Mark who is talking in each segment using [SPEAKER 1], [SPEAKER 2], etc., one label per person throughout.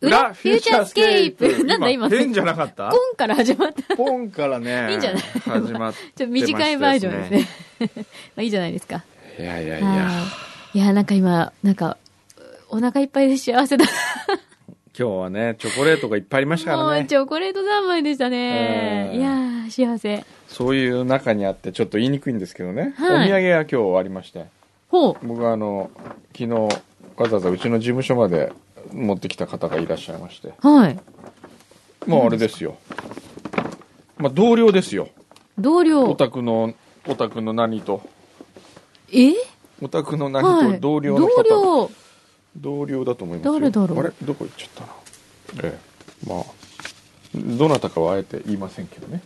[SPEAKER 1] 裏フューチャースケープなんだ今
[SPEAKER 2] 変じゃなかった
[SPEAKER 1] ポンから始まった
[SPEAKER 2] ポンからね。
[SPEAKER 1] いいんじゃ ない
[SPEAKER 2] 始まってました
[SPEAKER 1] ちょっと短いバージョンですね。 まあいいじゃないですか。
[SPEAKER 2] いやいやいや。
[SPEAKER 1] はい。いや、なんか今、なんか、お腹いっぱいで幸せだ。
[SPEAKER 2] 今日はね、チョコレートがいっぱいありましたか
[SPEAKER 1] も
[SPEAKER 2] ら
[SPEAKER 1] う
[SPEAKER 2] ね
[SPEAKER 1] チ。ョコレート三昧でしたね。
[SPEAKER 2] うん
[SPEAKER 1] いやー、幸せ。
[SPEAKER 2] そういう中にあってちょっと言いにくいんですけどね。
[SPEAKER 1] は
[SPEAKER 2] お
[SPEAKER 1] い
[SPEAKER 2] 土産が今日ありまして。
[SPEAKER 1] ほう。
[SPEAKER 2] 僕はあの、昨日わざわざうちの事務所まで持ってきた方がいらっしゃいまして。
[SPEAKER 1] はい。
[SPEAKER 2] まああれですよ。まあ同僚ですよ。
[SPEAKER 1] 同
[SPEAKER 2] お
[SPEAKER 1] 僚。
[SPEAKER 2] 宅の、お宅の何と。
[SPEAKER 1] え
[SPEAKER 2] お宅の何
[SPEAKER 1] はい。
[SPEAKER 2] と同僚の方。
[SPEAKER 1] 同僚。
[SPEAKER 2] 同僚だと思います
[SPEAKER 1] 誰だろう
[SPEAKER 2] あれどこ行っちゃったなええまあどなたかはあえて言いませんけどね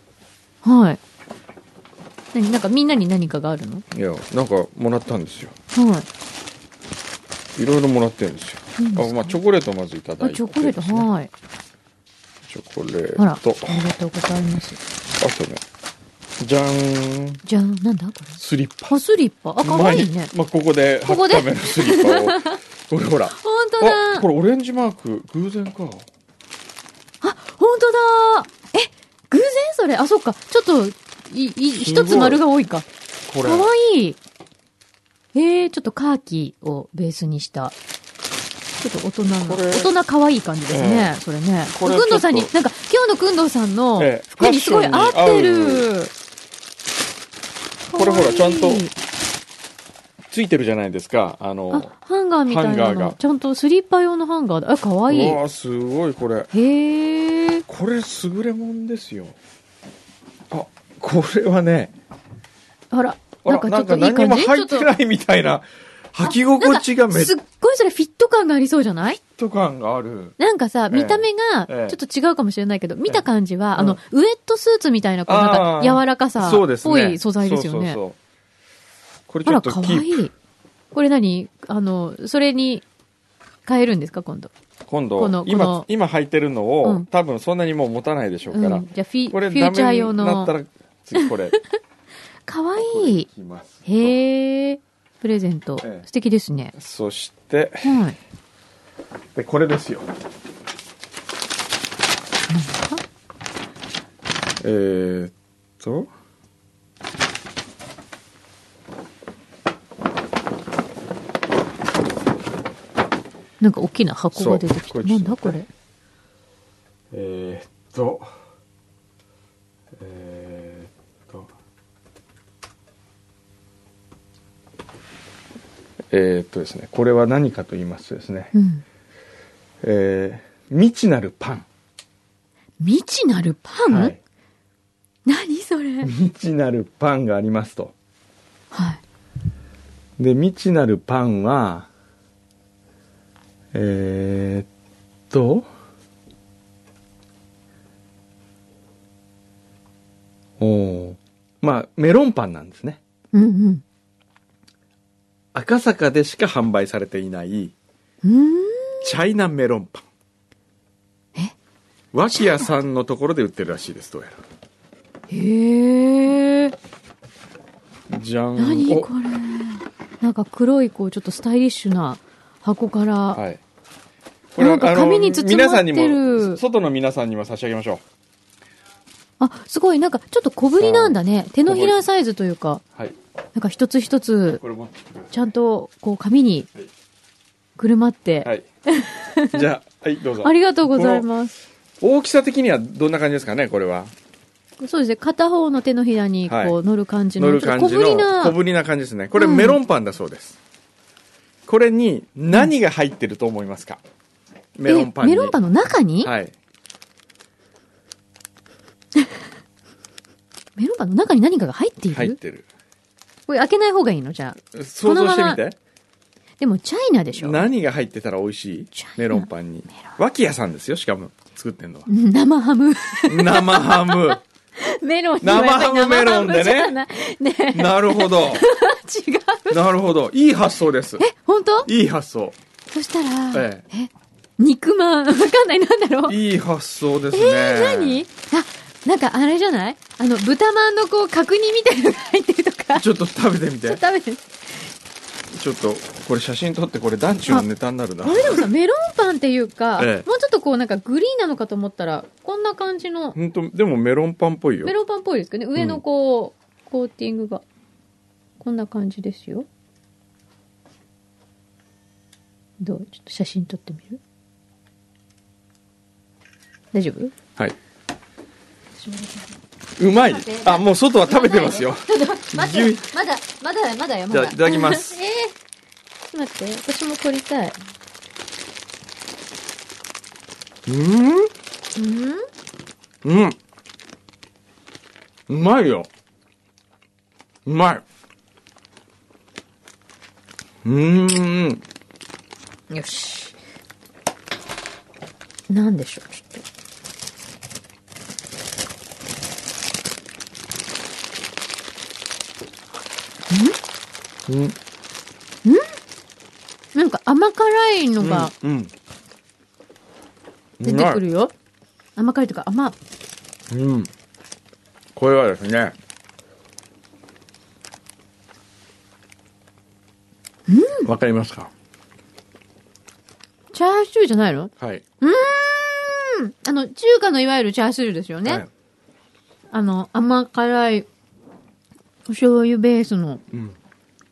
[SPEAKER 1] はい。何なんかみんなに何かがあるの
[SPEAKER 2] いやなんかもらったんですよ
[SPEAKER 1] はい。
[SPEAKER 2] いろいろもらってるんですよ
[SPEAKER 1] 何です
[SPEAKER 2] あまあチョコレートをまずいただ
[SPEAKER 1] あ、
[SPEAKER 2] いて
[SPEAKER 1] チョコレート、
[SPEAKER 2] ですね
[SPEAKER 1] はい。
[SPEAKER 2] チョコレ
[SPEAKER 1] あら、
[SPEAKER 2] ー
[SPEAKER 1] あり
[SPEAKER 2] ト
[SPEAKER 1] がとうございます。
[SPEAKER 2] あとねじゃーん
[SPEAKER 1] じゃあ、なんだこれ。
[SPEAKER 2] スリッパ
[SPEAKER 1] あ、スリッパ。あ、かわいいね
[SPEAKER 2] 前に。まあ、ここで
[SPEAKER 1] ここで
[SPEAKER 2] 8日目のスリッパを これほら
[SPEAKER 1] ほんと
[SPEAKER 2] あ
[SPEAKER 1] だ
[SPEAKER 2] こ。れオレンジマーク偶然か
[SPEAKER 1] ほんとだえ、偶然それあ、そっか。ちょっと、い、い、
[SPEAKER 2] すご
[SPEAKER 1] 一
[SPEAKER 2] い
[SPEAKER 1] つ丸が多いか。
[SPEAKER 2] こ
[SPEAKER 1] か
[SPEAKER 2] れ
[SPEAKER 1] わいい。えー、ちょっとカーキをベースにした。ちょっと大人の、
[SPEAKER 2] これ
[SPEAKER 1] 大人かわいい感じですね、それね。
[SPEAKER 2] これ
[SPEAKER 1] くんどうさんに
[SPEAKER 2] ちょっ、と
[SPEAKER 1] なんか、今日のくんどうさんの
[SPEAKER 2] ええ
[SPEAKER 1] 服にすごい合って
[SPEAKER 2] ファッショ
[SPEAKER 1] る。
[SPEAKER 2] これほら
[SPEAKER 1] かわいい
[SPEAKER 2] ちゃんとついてるじゃないですかあの
[SPEAKER 1] あ、ハンガーみたい
[SPEAKER 2] ハ
[SPEAKER 1] な
[SPEAKER 2] ンガー
[SPEAKER 1] の
[SPEAKER 2] が。
[SPEAKER 1] ちゃんとスリッパ用のハンガーだ。あ、かわいうい。
[SPEAKER 2] わーすごいこれ
[SPEAKER 1] へえ。
[SPEAKER 2] これ優れもんですよあこれはね
[SPEAKER 1] あら、
[SPEAKER 2] あ
[SPEAKER 1] な
[SPEAKER 2] ら
[SPEAKER 1] んかち
[SPEAKER 2] な
[SPEAKER 1] ょっ
[SPEAKER 2] んか
[SPEAKER 1] とい
[SPEAKER 2] 何
[SPEAKER 1] い感
[SPEAKER 2] も
[SPEAKER 1] じちょ
[SPEAKER 2] 入
[SPEAKER 1] っ
[SPEAKER 2] っ
[SPEAKER 1] と
[SPEAKER 2] てないみたいな履き心地がめっ
[SPEAKER 1] すっごいそれフィット感がありそうじゃない
[SPEAKER 2] ちゃ感がある
[SPEAKER 1] なんかさ、
[SPEAKER 2] ええ
[SPEAKER 1] 見た目
[SPEAKER 2] え
[SPEAKER 1] が、
[SPEAKER 2] え
[SPEAKER 1] ちょっと違うかもしれないけど、見た感じは、
[SPEAKER 2] うん
[SPEAKER 1] あの、ウエットスーツみたいな、こう、な
[SPEAKER 2] あ
[SPEAKER 1] んか、
[SPEAKER 2] ー
[SPEAKER 1] 柔らかさ、
[SPEAKER 2] そうですね
[SPEAKER 1] ぽい素材ですよね。
[SPEAKER 2] そうそうそうこれ
[SPEAKER 1] あ
[SPEAKER 2] ちょ
[SPEAKER 1] ら、
[SPEAKER 2] っと
[SPEAKER 1] かわ
[SPEAKER 2] キ
[SPEAKER 1] い
[SPEAKER 2] ープ
[SPEAKER 1] い。これ何あの、それに、変えるんですか今度。
[SPEAKER 2] 今
[SPEAKER 1] この
[SPEAKER 2] 度
[SPEAKER 1] この
[SPEAKER 2] 今今履いてるのを、
[SPEAKER 1] うん
[SPEAKER 2] 多分そんなにもう持たないでしょ
[SPEAKER 1] う
[SPEAKER 2] うから、
[SPEAKER 1] ん。じゃあ、フィ、フ
[SPEAKER 2] こ
[SPEAKER 1] ュ
[SPEAKER 2] れ
[SPEAKER 1] ー
[SPEAKER 2] ダ
[SPEAKER 1] チャー
[SPEAKER 2] メ
[SPEAKER 1] 用
[SPEAKER 2] にな
[SPEAKER 1] の
[SPEAKER 2] った。ら次これ
[SPEAKER 1] かわ
[SPEAKER 2] これ
[SPEAKER 1] いい。
[SPEAKER 2] きます
[SPEAKER 1] へえ。プレゼント
[SPEAKER 2] え。え
[SPEAKER 1] 素敵ですね。
[SPEAKER 2] そして
[SPEAKER 1] はい。
[SPEAKER 2] でこれですよえー、っと
[SPEAKER 1] なんか大きな箱が出てき
[SPEAKER 2] そ
[SPEAKER 1] て。
[SPEAKER 2] うこれち
[SPEAKER 1] な
[SPEAKER 2] ょ
[SPEAKER 1] ん
[SPEAKER 2] っと
[SPEAKER 1] だこれ。
[SPEAKER 2] えー、っとえー、っとえー、っとですねこれは何かと言いますとですね、
[SPEAKER 1] うん。
[SPEAKER 2] えー未知なるパン、
[SPEAKER 1] 未知なるパン、
[SPEAKER 2] はい、
[SPEAKER 1] 何それ
[SPEAKER 2] 未知なるパンがありますと
[SPEAKER 1] はい。
[SPEAKER 2] で未知なるパンはえー、っとおーまあメロンパンなんですね
[SPEAKER 1] うんうん。
[SPEAKER 2] 赤坂でしか販売されていないう
[SPEAKER 1] ーん。
[SPEAKER 2] チャイナメロンパン
[SPEAKER 1] え
[SPEAKER 2] 脇屋さんのところで売ってるらしいですどうや
[SPEAKER 1] へえ。
[SPEAKER 2] らじゃん
[SPEAKER 1] 何
[SPEAKER 2] お
[SPEAKER 1] これ。なんか黒い、こう、ちょっとスタイリッシュな箱から。
[SPEAKER 2] はい
[SPEAKER 1] なんか紙に包まってる
[SPEAKER 2] 皆さんにも外の皆さんにも差し上げましょ
[SPEAKER 1] あ、すごい、なんかちょっと小ぶりなんだね。手のひらサイズというか、
[SPEAKER 2] うはい
[SPEAKER 1] なんか一つ一つ、
[SPEAKER 2] これ持ってきてください
[SPEAKER 1] ちゃんと、こう、紙に、くるまって、
[SPEAKER 2] はい。じゃあ、はい、どうぞ。
[SPEAKER 1] ありがとうございます。
[SPEAKER 2] この大きさ的にはどんな感じですかね、これは。
[SPEAKER 1] そうですね。片方の手のひらに、こう、
[SPEAKER 2] はい
[SPEAKER 1] 乗る感じの、
[SPEAKER 2] 乗る感じ
[SPEAKER 1] ちょっと小ぶり
[SPEAKER 2] の
[SPEAKER 1] な、
[SPEAKER 2] 小ぶりな感じですね。これ
[SPEAKER 1] うん
[SPEAKER 2] メロンパンだそうです。これに何が入ってると思いますかメロンパン
[SPEAKER 1] え
[SPEAKER 2] に。
[SPEAKER 1] メロンパンの中に、
[SPEAKER 2] はい。
[SPEAKER 1] メロンパンの中に何かが入っている、
[SPEAKER 2] 入ってる。
[SPEAKER 1] これ開けない方がいいのじゃあ。
[SPEAKER 2] 想像してみて。
[SPEAKER 1] でも、チャイナでしょ
[SPEAKER 2] 何が入ってたら美味しい
[SPEAKER 1] チャイナ。
[SPEAKER 2] メロンパンに。脇屋さんですよ、しかも。作ってんのは
[SPEAKER 1] 生ハム。
[SPEAKER 2] 生ハム。
[SPEAKER 1] メロンにはやっぱり
[SPEAKER 2] 生ハムメロンでね
[SPEAKER 1] 生ハムじゃないね
[SPEAKER 2] なるほど。
[SPEAKER 1] え違う。
[SPEAKER 2] なるほど。いい発想です。
[SPEAKER 1] 本当
[SPEAKER 2] いい発想。
[SPEAKER 1] そしたら、
[SPEAKER 2] え
[SPEAKER 1] え、肉まん。わかんない、なんだろう。
[SPEAKER 2] いい発想です
[SPEAKER 1] え
[SPEAKER 2] ね。
[SPEAKER 1] ー、何あ、なんかあれじゃないあの、豚まんのこう、角煮みたいなのが入ってるとか。ちょ
[SPEAKER 2] ちょっと食べてみて
[SPEAKER 1] っと。食べて。
[SPEAKER 2] ちょっとこれ写真撮ってこれ団中のネタになるな
[SPEAKER 1] あれでもさ、メロンパンっていうか、
[SPEAKER 2] ええ
[SPEAKER 1] もうちょっとこうなんかグリーンなのかと思ったら、こんな感じの、
[SPEAKER 2] 本当でもメロンパンっぽいよ
[SPEAKER 1] メロンパンっぽいですけどね、上のこう、コーティングが。こんな感じですよ。どうちょっと写真撮ってみる大丈夫
[SPEAKER 2] はいうまい
[SPEAKER 3] 待って
[SPEAKER 2] あもう外は食べてますよ
[SPEAKER 3] まだ
[SPEAKER 2] 牛、
[SPEAKER 3] まだ、まだ、まだよ、ま
[SPEAKER 2] じゃあ
[SPEAKER 3] だ。
[SPEAKER 2] いただきます
[SPEAKER 1] えー、ちょっと待って、私も撮りたい。
[SPEAKER 2] うん
[SPEAKER 3] うん
[SPEAKER 2] うんうまいようまいうーん
[SPEAKER 1] よし。なんでしょう、ちょっ
[SPEAKER 2] うん
[SPEAKER 1] と。なんか甘辛いのが
[SPEAKER 2] うん
[SPEAKER 1] 出てくるよ。甘辛いとか甘、
[SPEAKER 2] うん。これはですね。わかりますか
[SPEAKER 1] チャーシューじゃないの
[SPEAKER 2] はい。
[SPEAKER 1] うん。あの、中華のいわゆるチャーシューですよね。
[SPEAKER 2] はい
[SPEAKER 1] あの、甘辛い、お醤油ベースの、
[SPEAKER 2] うん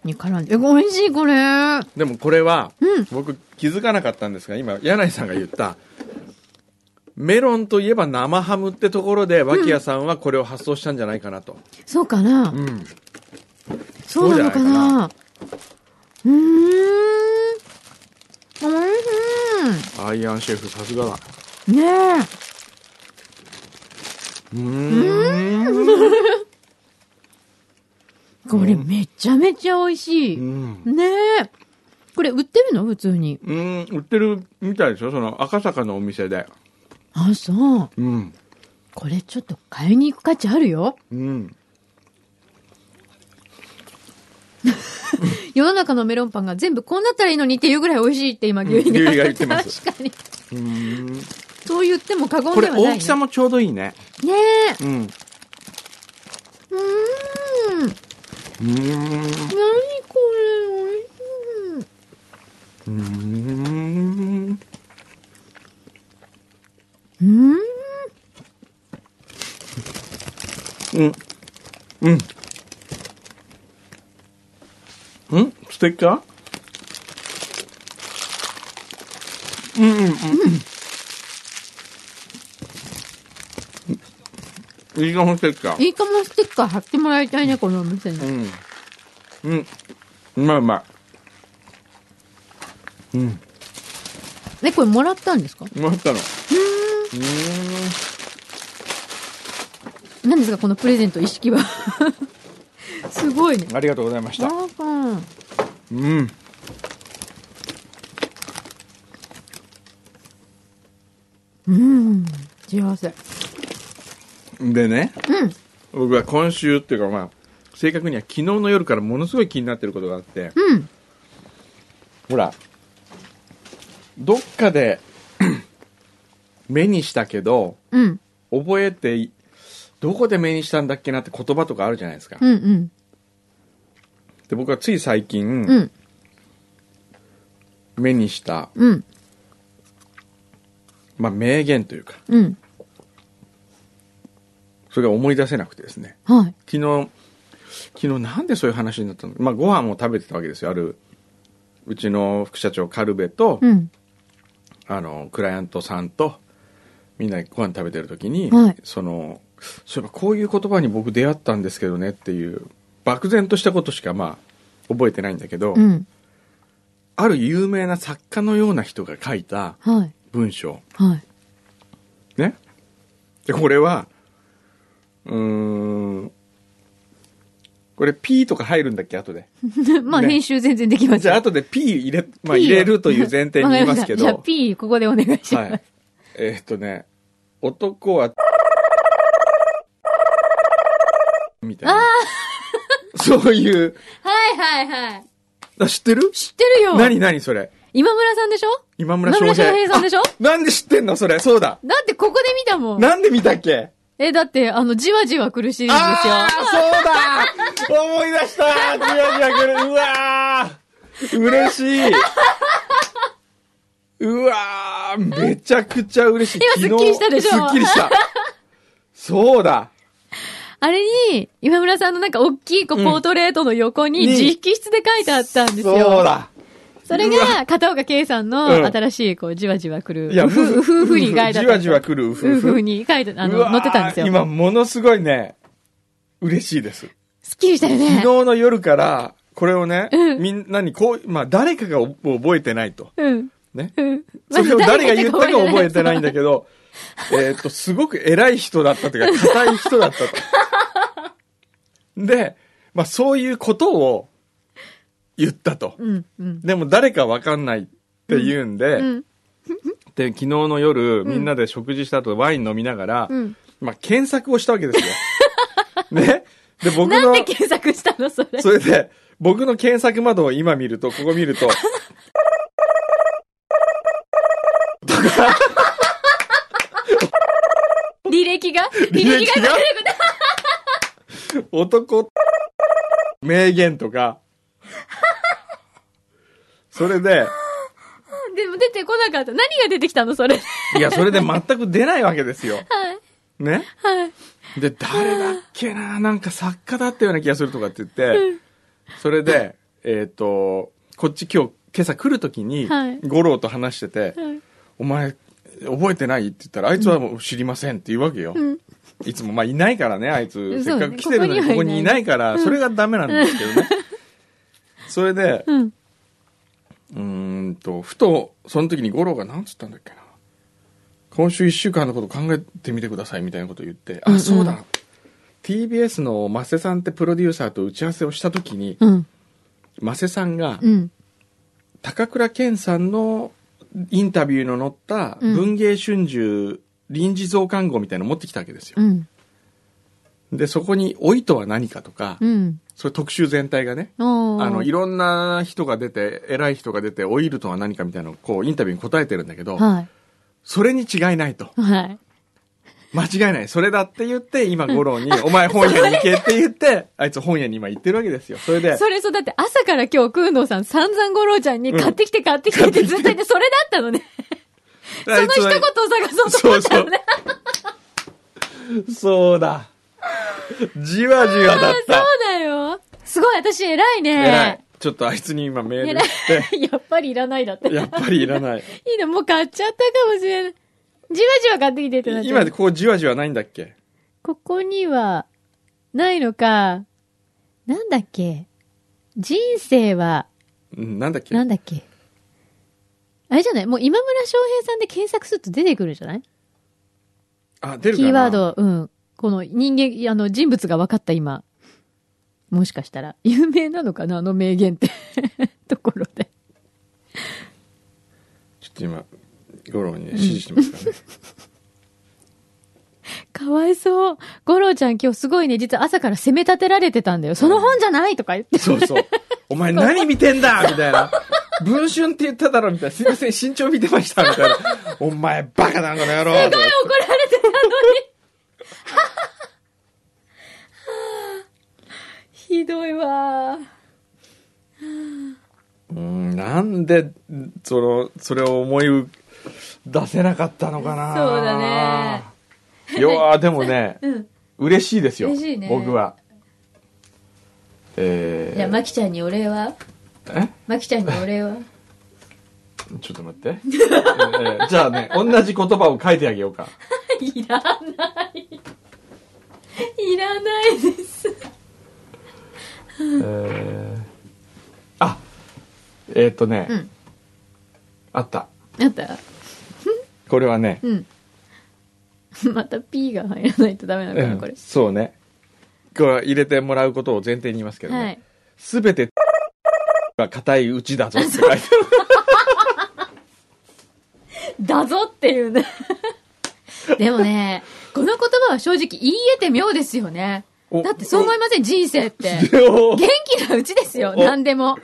[SPEAKER 1] に絡んで。え、美味しい、これ。あ
[SPEAKER 2] でもこれは、
[SPEAKER 1] うん
[SPEAKER 2] 僕気づかなかったんですが、今、柳井さんが言った、メロンといえば生ハムってところで、脇屋さんはこれを発想したんじゃないかなと。
[SPEAKER 1] そうかな、
[SPEAKER 2] うん。
[SPEAKER 1] そうなのかなうーん。美味し
[SPEAKER 2] アイアンシェフさすがだ。
[SPEAKER 1] い。ねえ。
[SPEAKER 2] うーん。
[SPEAKER 1] これめちゃめちゃ美味しい。
[SPEAKER 2] うん。
[SPEAKER 1] ねえ。これ売ってるの普通に。
[SPEAKER 2] うん、売ってるみたいですよ、その赤坂のお店で。
[SPEAKER 1] あ、そう。
[SPEAKER 2] うん。
[SPEAKER 1] これちょっと買いに行く価値あるよ。
[SPEAKER 2] うん。
[SPEAKER 1] 世の中のメロンパンが全部こうなったらいいのにっていうぐらい美味しいって今、牛乳
[SPEAKER 2] うん
[SPEAKER 1] が
[SPEAKER 2] 牛乳が言ってます
[SPEAKER 1] 確かに。
[SPEAKER 2] うん
[SPEAKER 1] そう言っても過言
[SPEAKER 2] こ
[SPEAKER 1] で
[SPEAKER 2] れ
[SPEAKER 1] はない、ね。
[SPEAKER 2] 大きさもちょうどいいね。
[SPEAKER 1] ねえ。
[SPEAKER 2] うん。う
[SPEAKER 1] うーん。何
[SPEAKER 2] ー
[SPEAKER 1] これ、美味しい。
[SPEAKER 2] ん。う
[SPEAKER 1] うー
[SPEAKER 2] ー
[SPEAKER 1] ん。
[SPEAKER 2] ん。うん。うん。んステッカーうんうんうん。いいかもステッカー。
[SPEAKER 1] いいかもステッカー貼ってもらいたいね、このお店に。
[SPEAKER 2] うん。うん。うまいうまい。うん。
[SPEAKER 1] え、これもらったんですか
[SPEAKER 2] うまかったの。うーん。
[SPEAKER 1] 何ですか、このプレゼント意識は。 すごいね。
[SPEAKER 2] ありがとうございました。
[SPEAKER 1] うん。
[SPEAKER 2] うん。
[SPEAKER 1] うん。幸せ。
[SPEAKER 2] でね、
[SPEAKER 1] うん。
[SPEAKER 2] 僕は今週っていうかまあ、正確には昨日の夜からものすごい気になってることがあって、
[SPEAKER 1] うん。
[SPEAKER 2] ほら、どっかで 目にしたけど、
[SPEAKER 1] うん。
[SPEAKER 2] 覚えてい、どこで目にしたんだっけなって言葉とかあるじゃないですか。
[SPEAKER 1] うん。うん。
[SPEAKER 2] で、僕はつい最近、
[SPEAKER 1] うん。
[SPEAKER 2] 目にした、
[SPEAKER 1] うん。
[SPEAKER 2] まあ名言というか、
[SPEAKER 1] うん。
[SPEAKER 2] それが思い出せなくてですね。
[SPEAKER 1] はい。
[SPEAKER 2] 昨日、昨日なんでそういう話になったのまあご飯を食べてたわけですよ。ある、うちの副社長カルベと、
[SPEAKER 1] うん。
[SPEAKER 2] あのクライアントさんとみんなでご飯食べてる時に、
[SPEAKER 1] はい
[SPEAKER 2] そのそういえばこういう言葉に僕出会ったんですけどねっていう漠然としたことしかまあ覚えてないんだけど、
[SPEAKER 1] うん。
[SPEAKER 2] ある有名な作家のような人が書いた
[SPEAKER 1] はい。
[SPEAKER 2] 文章
[SPEAKER 1] はい。
[SPEAKER 2] ねでこれはうーんこれ P とか入るんだっけ 後で
[SPEAKER 1] まあ、
[SPEAKER 2] ね
[SPEAKER 1] 編集全然できます
[SPEAKER 2] じゃあ後で P 入れ,、まあ、入れるという前提に言いますけど
[SPEAKER 1] わかりましたじゃあ、P、ここでお願いします。
[SPEAKER 2] はい、えーっとね男はみたいなそういう
[SPEAKER 1] はい、はい、はい。
[SPEAKER 2] あ知ってる
[SPEAKER 1] 知ってるよ
[SPEAKER 2] 何何それ
[SPEAKER 1] 今村さんでしょ
[SPEAKER 2] 今村
[SPEAKER 1] 今
[SPEAKER 2] 翔
[SPEAKER 1] 村
[SPEAKER 2] 平
[SPEAKER 1] 翔平さんでしょ
[SPEAKER 2] あなんで知ってんのそれそうだ
[SPEAKER 1] だってここで見たもん。
[SPEAKER 2] なんで見たっけ
[SPEAKER 1] え、だって、あの、じわじわ苦しいんですよ。
[SPEAKER 2] ああそうだ思い出したじわじわくるうわー嬉しいうわー、めちゃくちゃ嬉しい。
[SPEAKER 1] 今すっきりしたでしょ
[SPEAKER 2] 昨日すっきりした。そうだ。
[SPEAKER 1] あれに、今村さんのなんか大きいこう
[SPEAKER 2] うん
[SPEAKER 1] ポートレートの横に
[SPEAKER 2] に
[SPEAKER 1] 直筆で書いてあったんですよ。
[SPEAKER 2] そうだ。
[SPEAKER 1] それが、片岡圭さんの
[SPEAKER 2] うん
[SPEAKER 1] 新しい、こう、じわじわ来る、
[SPEAKER 2] いや
[SPEAKER 1] うふう
[SPEAKER 2] うふ
[SPEAKER 1] ふうふに書いてあった。
[SPEAKER 2] じわじわ来るう
[SPEAKER 1] う
[SPEAKER 2] ふうふ
[SPEAKER 1] ふうに書いて、あ
[SPEAKER 2] う
[SPEAKER 1] の、
[SPEAKER 2] わー
[SPEAKER 1] 載ってたんですよ。
[SPEAKER 2] 今、ものすごいね、嬉しいです。
[SPEAKER 1] すっきりしたよね。
[SPEAKER 2] 昨日の夜から、これをね、
[SPEAKER 1] うん
[SPEAKER 2] みんなにこう、まあ、誰かが覚えてないと。
[SPEAKER 1] うん。
[SPEAKER 2] ね。
[SPEAKER 1] うん。
[SPEAKER 2] それを誰が言ったか覚えてないんだ
[SPEAKER 1] け
[SPEAKER 2] けど、えーっと、すごく偉い人だったというか、硬い人だったと。で、まあそういうことを言ったと。
[SPEAKER 1] ど。うん、うん。
[SPEAKER 2] でも誰かわかんないって言うんで、
[SPEAKER 1] うん、
[SPEAKER 2] で、昨日の夜、みんなで食事した後ワイン飲みながら、
[SPEAKER 1] うん。
[SPEAKER 2] まあ検索をしたわけ ですよ。ね。で、僕
[SPEAKER 1] なん
[SPEAKER 2] の
[SPEAKER 1] で、検索したのそれ。
[SPEAKER 2] それで、僕の検索窓を今見ると、ここ見ると、
[SPEAKER 1] 履歴が履
[SPEAKER 2] 履
[SPEAKER 1] 歴
[SPEAKER 2] 歴
[SPEAKER 1] が
[SPEAKER 2] が男、名言とか。それで、
[SPEAKER 1] でも出てこなかった。何が出てきたのそれ。
[SPEAKER 2] いや、それで全く出ないわけですよ。
[SPEAKER 1] はい。
[SPEAKER 2] ね。
[SPEAKER 1] はい。
[SPEAKER 2] で、誰だっけななんか作家だったような気がするとかって言って、それで、えっ、と、こっち今日、今朝来るときに
[SPEAKER 1] はい、
[SPEAKER 2] 五郎と話してて、
[SPEAKER 1] はい。
[SPEAKER 2] お前、覚えてないって言ったら、あいつはもう知りませんって言うわけよ。
[SPEAKER 1] うん。
[SPEAKER 2] いつも、まあ、いないからね、あい
[SPEAKER 1] ん
[SPEAKER 2] つ。せっかく来て
[SPEAKER 1] そ
[SPEAKER 2] る
[SPEAKER 1] うね
[SPEAKER 2] のに、
[SPEAKER 1] ここには
[SPEAKER 2] ここに
[SPEAKER 1] いない
[SPEAKER 2] いないから、それがダメなんですけど ね。それで、
[SPEAKER 1] うん。
[SPEAKER 2] うーんと、ふと、その時に五郎が何つったんだっけな。今週一週間のこと考えてみてくださいみたいなことを言って、
[SPEAKER 1] うんう
[SPEAKER 2] あ、
[SPEAKER 1] ん
[SPEAKER 2] そうだ。TBS のマセさんってプロデューサーと打ち合わせをした時に、
[SPEAKER 1] うん。
[SPEAKER 2] マセさんが
[SPEAKER 1] うん。
[SPEAKER 2] 高倉健さんのインタビューの載った
[SPEAKER 1] うん
[SPEAKER 2] 文芸春秋臨時増刊号みたいなの持ってきたわけですよ
[SPEAKER 1] う。ん。
[SPEAKER 2] で、そこに老いとは何かとか
[SPEAKER 1] う、ん。
[SPEAKER 2] それ特集全体がね、
[SPEAKER 1] おー
[SPEAKER 2] あの、いろんな人が出て、偉い人が出て、老いるとは何かみたいなのをこうインタビューに答えてるんだけど、
[SPEAKER 1] は
[SPEAKER 2] それに違いないと。
[SPEAKER 1] い。はい。
[SPEAKER 2] 間違いない。それだって言って、今五郎 に、お前本屋に行けって言って、あいつ本屋に今行ってるわけですよ。それで、
[SPEAKER 1] それそう、だって朝から今日、くんどうさん散々五郎ちゃんに買ってき て買ってきてってずっと言って、それだった のね。そ
[SPEAKER 2] あ
[SPEAKER 1] の
[SPEAKER 2] い
[SPEAKER 1] 一
[SPEAKER 2] つ
[SPEAKER 1] 言
[SPEAKER 2] は
[SPEAKER 1] を探そうと思ったのね。
[SPEAKER 2] そうだ。じわじわだっ
[SPEAKER 1] そう
[SPEAKER 2] た。
[SPEAKER 1] だよ。すごい、私偉
[SPEAKER 2] 偉
[SPEAKER 1] い
[SPEAKER 2] い
[SPEAKER 1] ね。。
[SPEAKER 2] ちょっとあいつに今メール
[SPEAKER 1] 偉
[SPEAKER 2] して、
[SPEAKER 1] い。やっぱりいらないだって。い
[SPEAKER 2] やっぱりいら ない。
[SPEAKER 1] いの、もう買っちゃったかもしれない。じわじわ買ってきてってなっちゃ
[SPEAKER 2] 今
[SPEAKER 1] う。
[SPEAKER 2] こうじわじわないんだっけ
[SPEAKER 1] ここには、ないのか、なんだっけ。人生は、
[SPEAKER 2] うん、なんだっけ
[SPEAKER 1] なんだっけ。あれじゃないもう今村翔平さんで検索すると出てくるじゃない
[SPEAKER 2] あ、出るかな
[SPEAKER 1] キーワー。ド、うん。この人間、あの人物が分かった今。もしかしたら。有名なのかなあの名言って。 ところで。
[SPEAKER 2] ちょっと今、五郎にね指示してますからね。
[SPEAKER 1] かわいそう。ゴロちゃん今日すごいね、実は朝から責め立てられてたんだよ。その本じゃないとか言って。
[SPEAKER 2] そうそう。お前何見てんだみたいな。文春って言っただろみたいな。すいません、身長見てましたみたいな。お前バカなのやろすごい
[SPEAKER 1] 怒られてたのに。ひどいわ。
[SPEAKER 2] うん、なんで、その、それを思い出せなかったのかな
[SPEAKER 1] そうだね。
[SPEAKER 2] いやーでもね、
[SPEAKER 1] うん。
[SPEAKER 2] 嬉しいですよ。
[SPEAKER 3] 嬉しいね
[SPEAKER 2] 僕は。えー、
[SPEAKER 3] じゃあ、まきちゃんにお礼は
[SPEAKER 2] え
[SPEAKER 3] まきちゃんにお礼は
[SPEAKER 2] ちょっと待って、 えーじゃあね、同じ言葉を書いてあげようか。
[SPEAKER 1] いらない。いらないです。
[SPEAKER 2] えーあえっ、とね、
[SPEAKER 1] うん
[SPEAKER 2] あった
[SPEAKER 1] あった
[SPEAKER 2] これはね、
[SPEAKER 1] うん。また P が入らないとダメなのか
[SPEAKER 2] う
[SPEAKER 1] な、
[SPEAKER 2] ん
[SPEAKER 1] これ。
[SPEAKER 2] そうねこれは入れてもらうことを前提に言いますけど
[SPEAKER 1] はい
[SPEAKER 2] ね。すべ、てが硬いうちだぞって書いてある
[SPEAKER 1] だぞっていうね。でもね、この言葉は正直言い得て妙ですよね。
[SPEAKER 2] お
[SPEAKER 1] だってそう思いません、人 生って。
[SPEAKER 2] お
[SPEAKER 1] 元気なうちですよ、
[SPEAKER 2] お
[SPEAKER 1] 何でも。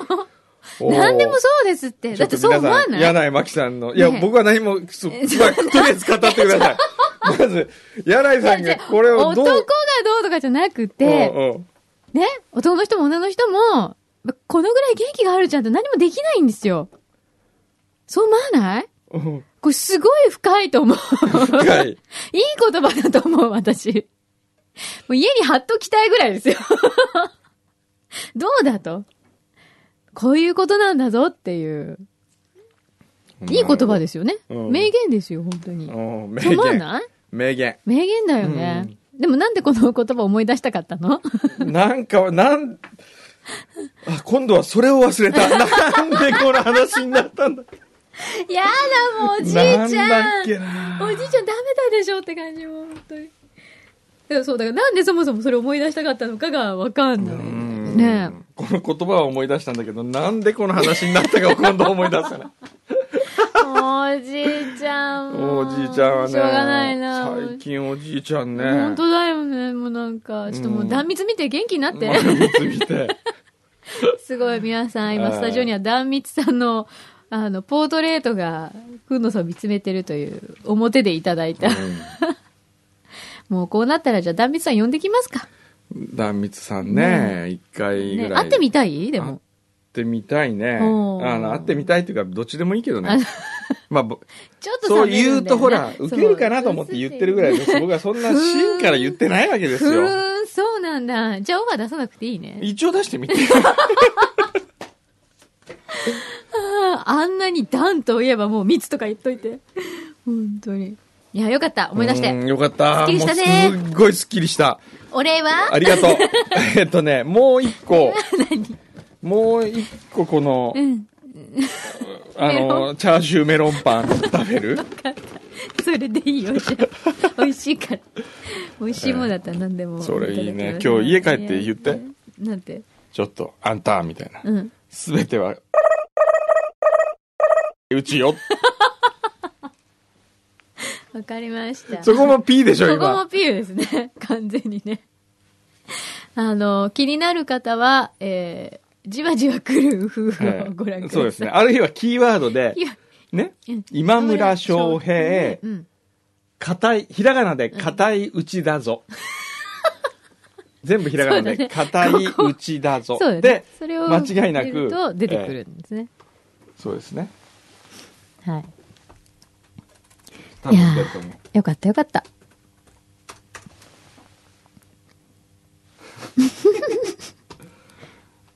[SPEAKER 2] お
[SPEAKER 1] 何でもそうですって。
[SPEAKER 2] ちょ
[SPEAKER 1] だ
[SPEAKER 2] っ
[SPEAKER 1] って
[SPEAKER 2] と
[SPEAKER 1] そう
[SPEAKER 2] 皆
[SPEAKER 1] 思
[SPEAKER 2] さ
[SPEAKER 1] わ
[SPEAKER 2] ん、
[SPEAKER 1] ない
[SPEAKER 2] 柳井真紀さんの、いや、
[SPEAKER 1] ねえ
[SPEAKER 2] 僕は何も、そまあ、と
[SPEAKER 1] ち
[SPEAKER 2] りあえず語ってください。まず、柳井さんがこれを
[SPEAKER 1] 男
[SPEAKER 2] ど
[SPEAKER 1] がど
[SPEAKER 2] う
[SPEAKER 1] う、とかじゃなく
[SPEAKER 2] うん
[SPEAKER 1] て、ね、男の人も女の人も、このぐらい元気があるじゃんって何もできないんですよ。そう思わない
[SPEAKER 2] うん
[SPEAKER 1] これすごい深いと思う。
[SPEAKER 2] 深い。
[SPEAKER 1] いい言葉だと思う、私。もう家に貼っときたいぐらいですよ。どうだとこういうことなんだぞっていう。いい言葉ですよね。
[SPEAKER 2] うん
[SPEAKER 1] 名言ですよ、本当
[SPEAKER 2] う
[SPEAKER 1] に。
[SPEAKER 2] ん。名
[SPEAKER 1] そう思わ
[SPEAKER 2] 言。
[SPEAKER 1] ない
[SPEAKER 2] 名言。
[SPEAKER 1] 名言だよね。でもなんでこの言葉を思い出したかったの
[SPEAKER 2] なんか、なん、あ、今度はそれを忘れた。なんでこの話になったんだ。
[SPEAKER 1] やだ、もうおじいちゃ
[SPEAKER 2] なんだ
[SPEAKER 1] ん
[SPEAKER 2] っけな。
[SPEAKER 1] おじいちゃんダメだでしょって感じも、本当に。でもそう、だからなんでそもそもそれを思い出したかったのかがわかんない。
[SPEAKER 2] うん
[SPEAKER 1] ねえ。
[SPEAKER 2] この言葉は思い出したんだけど、なんでこの話になったかを今度思い出せない。
[SPEAKER 1] おじいちゃんも。
[SPEAKER 2] おじいちゃんはね。
[SPEAKER 1] しょうがないな。
[SPEAKER 2] 最近おじいちゃんね。
[SPEAKER 1] 本当だよね。もうなんか、ちょっともう断蜜見て元気になって。
[SPEAKER 2] まあ見てみ て。
[SPEAKER 1] すごい皆さん、
[SPEAKER 2] あ
[SPEAKER 1] 今
[SPEAKER 2] ー
[SPEAKER 1] スタジオには断蜜さんの、あの、ポートレートが、くんのさんを見つめてるという、表でいただいた。もうこうなったら、じゃあ断蜜さん呼んできますか。
[SPEAKER 2] うん壇蜜さんね、一回ぐ
[SPEAKER 1] ね、
[SPEAKER 2] らい。
[SPEAKER 1] 会ってみたいで
[SPEAKER 2] 会っ
[SPEAKER 1] も。
[SPEAKER 2] てみたいね。あ
[SPEAKER 1] おー
[SPEAKER 2] の、会ってみたいっていうか、どっちでもいいけどね。まあ、ぼ
[SPEAKER 1] ちょっと
[SPEAKER 2] そう
[SPEAKER 1] 冷め
[SPEAKER 2] 言
[SPEAKER 1] る
[SPEAKER 2] うん
[SPEAKER 1] だ
[SPEAKER 2] と
[SPEAKER 1] よね
[SPEAKER 2] ほら、受けるかなと思って言ってるぐらいです。僕はそんな芯から言ってないわけです
[SPEAKER 1] ふ
[SPEAKER 2] よ。
[SPEAKER 1] ーん、そうなんだ。じゃあオーバー出さなくていいね。
[SPEAKER 2] 一応出してみて。
[SPEAKER 1] あーあんなにダンと言えばもう蜜とか言っといて。本当に。いや、よか った。思い出し
[SPEAKER 2] う
[SPEAKER 1] て。
[SPEAKER 2] んよかった。
[SPEAKER 1] すっきりしたね
[SPEAKER 2] もうすっごいすっきりした。
[SPEAKER 1] お礼は
[SPEAKER 2] ありがとう。 えっとね、もう一個。もう一個この、
[SPEAKER 1] うん。
[SPEAKER 2] あ
[SPEAKER 1] メロ
[SPEAKER 2] の、チャーシューメロンパン食べる
[SPEAKER 1] それでいいよ、じゃ あ。美味しいから。美味しいものだったら何でも。
[SPEAKER 2] それいいね
[SPEAKER 1] ただ。きます
[SPEAKER 2] 今日家帰って言っ。
[SPEAKER 1] いや
[SPEAKER 2] て、
[SPEAKER 1] なんて。
[SPEAKER 2] ちょっと、あんた、みたいな。
[SPEAKER 1] うん。
[SPEAKER 2] すべては、うちよ。
[SPEAKER 1] わかりました。
[SPEAKER 2] そこも P でしょ、
[SPEAKER 1] そこ
[SPEAKER 2] 今
[SPEAKER 1] も。ピールですね。完全にね。 あの、気になる方は、えー、じわじわ来る夫婦
[SPEAKER 2] え
[SPEAKER 1] をご覧ください。
[SPEAKER 2] えそうですね。あるいはキーワードで
[SPEAKER 1] い、や。
[SPEAKER 2] ね
[SPEAKER 1] うん、
[SPEAKER 2] 今村翔平
[SPEAKER 1] う、ん。
[SPEAKER 2] 硬い、ひらがなで硬いうちだぞ。全部ひらがな
[SPEAKER 1] そ
[SPEAKER 2] で
[SPEAKER 1] うだね
[SPEAKER 2] 硬いうちだぞ。
[SPEAKER 1] そうだね
[SPEAKER 2] で。、
[SPEAKER 1] それを
[SPEAKER 2] 間違いな
[SPEAKER 1] 入れる
[SPEAKER 2] く
[SPEAKER 1] と出てくるんですね。
[SPEAKER 2] そうですね。
[SPEAKER 1] はい。
[SPEAKER 2] 多分出ると思う。
[SPEAKER 1] よかったよかった。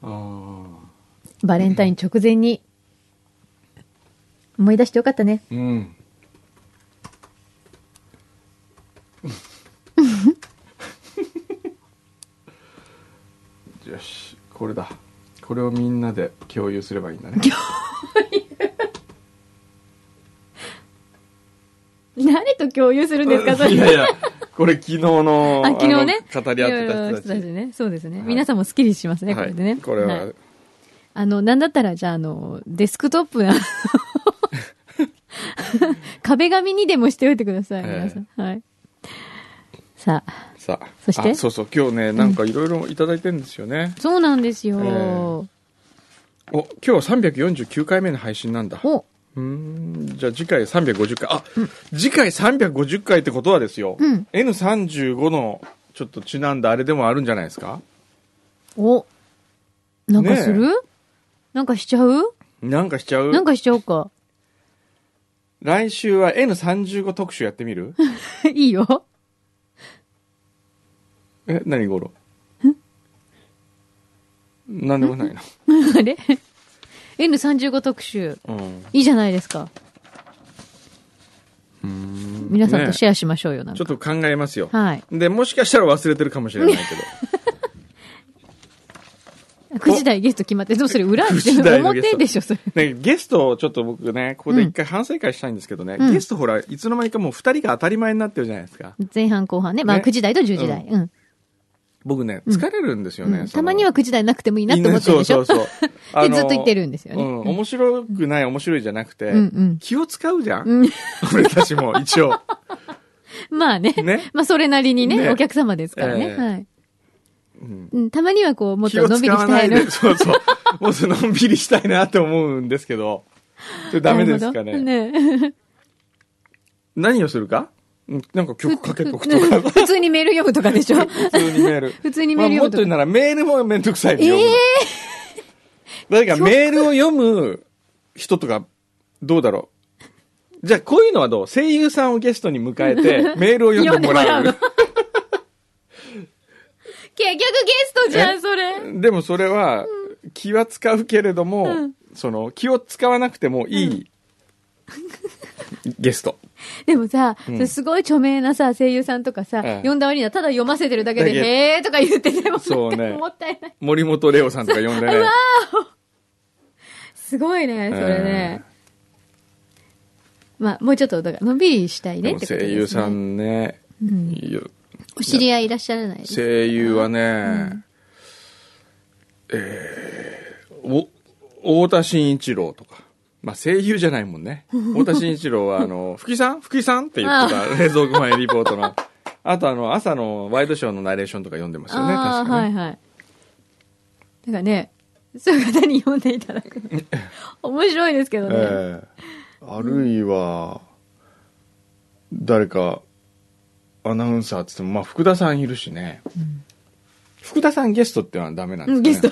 [SPEAKER 2] あ
[SPEAKER 1] バレンタイン直前に。思い出してよかったね。
[SPEAKER 2] ーうん。 よし、これだ。これをみんなで共有すればいいんだね。
[SPEAKER 1] 誰と共有するんですか、それ。
[SPEAKER 2] いやいや、これ昨日の、
[SPEAKER 1] あ、昨日ね。
[SPEAKER 2] あの語り合って
[SPEAKER 1] いろい
[SPEAKER 2] た
[SPEAKER 1] ろ
[SPEAKER 2] 人たち。
[SPEAKER 1] ね。そうですね。
[SPEAKER 2] はい
[SPEAKER 1] 皆さんもスッキリしますね、こ
[SPEAKER 2] は
[SPEAKER 1] れ
[SPEAKER 2] い
[SPEAKER 1] でね。
[SPEAKER 2] これは、
[SPEAKER 1] いあの、なんだったら、じゃあ、あの、デスクトッ プな、壁紙にでもしておいてください、
[SPEAKER 2] ええ
[SPEAKER 1] 皆さん。はい。さあ、
[SPEAKER 2] さあ、
[SPEAKER 1] そして
[SPEAKER 2] あそうそう、今日ね、なんかいろいろいただいてるんですよね。
[SPEAKER 1] そうなんですよ。
[SPEAKER 2] ええお、今日349回目の配信なんだ。
[SPEAKER 1] お、
[SPEAKER 2] うーん、じゃあ次回350回。あ、次回350回ってことはですよ、
[SPEAKER 1] うん
[SPEAKER 2] N35 のちょっとちなんだあれでもあるんじゃないですか
[SPEAKER 1] お、なんか
[SPEAKER 2] ねえ
[SPEAKER 1] する、なんかしちゃう
[SPEAKER 2] なんかしちゃう
[SPEAKER 1] なんかしちゃおうか。
[SPEAKER 2] 来週は N35 特集やってみる
[SPEAKER 1] いいよ。
[SPEAKER 2] え、何ゴロなんでもないな。
[SPEAKER 1] あれ ?N35 特集。
[SPEAKER 2] うん。
[SPEAKER 1] いいじゃないですか。皆さんと
[SPEAKER 2] ね
[SPEAKER 1] シェアしましょうよ、なん
[SPEAKER 2] ちょ
[SPEAKER 1] か
[SPEAKER 2] っ。と考えますよ。
[SPEAKER 1] はい。
[SPEAKER 2] で、もしかしたら忘れてるかもしれない けど。
[SPEAKER 1] 9時台ゲスト決まって、でもそれ裏
[SPEAKER 2] 9時台のゲスト
[SPEAKER 1] 表でしょ、それ。
[SPEAKER 2] ね、ゲストをちょっと僕ね、ここで一回反省会したいんですけどね、
[SPEAKER 1] うん
[SPEAKER 2] ゲストほら、いつの間にかもう二人が当たり前になってるじゃないですか。
[SPEAKER 1] 前半後半ね。まあ
[SPEAKER 2] ね
[SPEAKER 1] 9時台と10時台。うん。
[SPEAKER 2] 僕ね、疲れるんですよ
[SPEAKER 1] う
[SPEAKER 2] ね。そ
[SPEAKER 1] ん
[SPEAKER 2] の
[SPEAKER 1] たまには9時台なくてもいいなって思ってるでしょ。。
[SPEAKER 2] そうそうそう
[SPEAKER 1] でずっと言ってるんですよね
[SPEAKER 2] うん、面白くない、面白いじゃなくて、
[SPEAKER 1] うんうん
[SPEAKER 2] 気を使うじゃん、
[SPEAKER 1] うん
[SPEAKER 2] 俺たち も一応。
[SPEAKER 1] まあね。
[SPEAKER 2] ね
[SPEAKER 1] まあそれなりにね、
[SPEAKER 2] ね
[SPEAKER 1] お客様ですからね。
[SPEAKER 2] ええ
[SPEAKER 1] はい。
[SPEAKER 2] うん
[SPEAKER 1] うんたまにはこう、もっ
[SPEAKER 2] 気
[SPEAKER 1] と
[SPEAKER 2] を
[SPEAKER 1] のんび
[SPEAKER 2] 使
[SPEAKER 1] り
[SPEAKER 2] わな
[SPEAKER 1] した
[SPEAKER 2] い
[SPEAKER 1] いの。
[SPEAKER 2] で、そうそう。もっとのんびりしたいなって思うんですけど、そ れダメですか
[SPEAKER 1] なるほ
[SPEAKER 2] ね。
[SPEAKER 1] どね
[SPEAKER 2] 何をするかうんなんか曲かけとくとか、
[SPEAKER 1] 普通にメール読むとかでしょ。
[SPEAKER 2] 普通にメール。
[SPEAKER 1] 普通にメー
[SPEAKER 2] まあも
[SPEAKER 1] ル読む
[SPEAKER 2] っと言う
[SPEAKER 1] とか。
[SPEAKER 2] ならメールもめんどくさいんで
[SPEAKER 1] え
[SPEAKER 2] 読むの
[SPEAKER 1] え
[SPEAKER 2] 誰かメールを読む人とか、どうだろう。じゃあ、こういうのはどう声優さんをゲストに迎え て、メールを読んでもら
[SPEAKER 1] 読ん
[SPEAKER 2] う
[SPEAKER 1] で。結局ゲストじゃん、それ。
[SPEAKER 2] でもそれは、気は使うけれども、
[SPEAKER 1] うん
[SPEAKER 2] その、気を使わなくてもいい、ゲスト。
[SPEAKER 1] でもさ、
[SPEAKER 2] うん
[SPEAKER 1] それすごい著名なさ、声優さんとかさ、
[SPEAKER 2] ええ
[SPEAKER 1] 読んだ割にはただ読ませてるだけ
[SPEAKER 2] だ
[SPEAKER 1] で、
[SPEAKER 2] け
[SPEAKER 1] へーとか言っててもなんか
[SPEAKER 2] そうね
[SPEAKER 1] もったいない。
[SPEAKER 2] 森本レオさんとか呼んでね。
[SPEAKER 1] すごいね、それね。まあ、もうちょっと、だから、のんびりしたい
[SPEAKER 2] で
[SPEAKER 1] ねっ
[SPEAKER 2] も
[SPEAKER 1] てことです、ね。
[SPEAKER 2] 声優さんね、
[SPEAKER 1] うん。
[SPEAKER 2] いいよ
[SPEAKER 1] お知り合いいらっしゃらないです
[SPEAKER 2] 声優はね、えーお太田真一郎とか、まあ、声優じゃないもん ね太田真一郎はあの「福井さん福井さん」って言ってた冷蔵庫前リポートのあとあの朝のワイドショーのナレーションとか読んでますよね
[SPEAKER 1] ああ、
[SPEAKER 2] 確か
[SPEAKER 1] はい
[SPEAKER 2] ね、
[SPEAKER 1] はい。だからね、そういう方に読んでいただくの。 面白いですけどね。
[SPEAKER 2] ええあるいは誰かアナウンサーっつっても、まあ、福田さんいるしね、福田さんゲストってのはダメなんです
[SPEAKER 1] う
[SPEAKER 2] かね
[SPEAKER 1] ん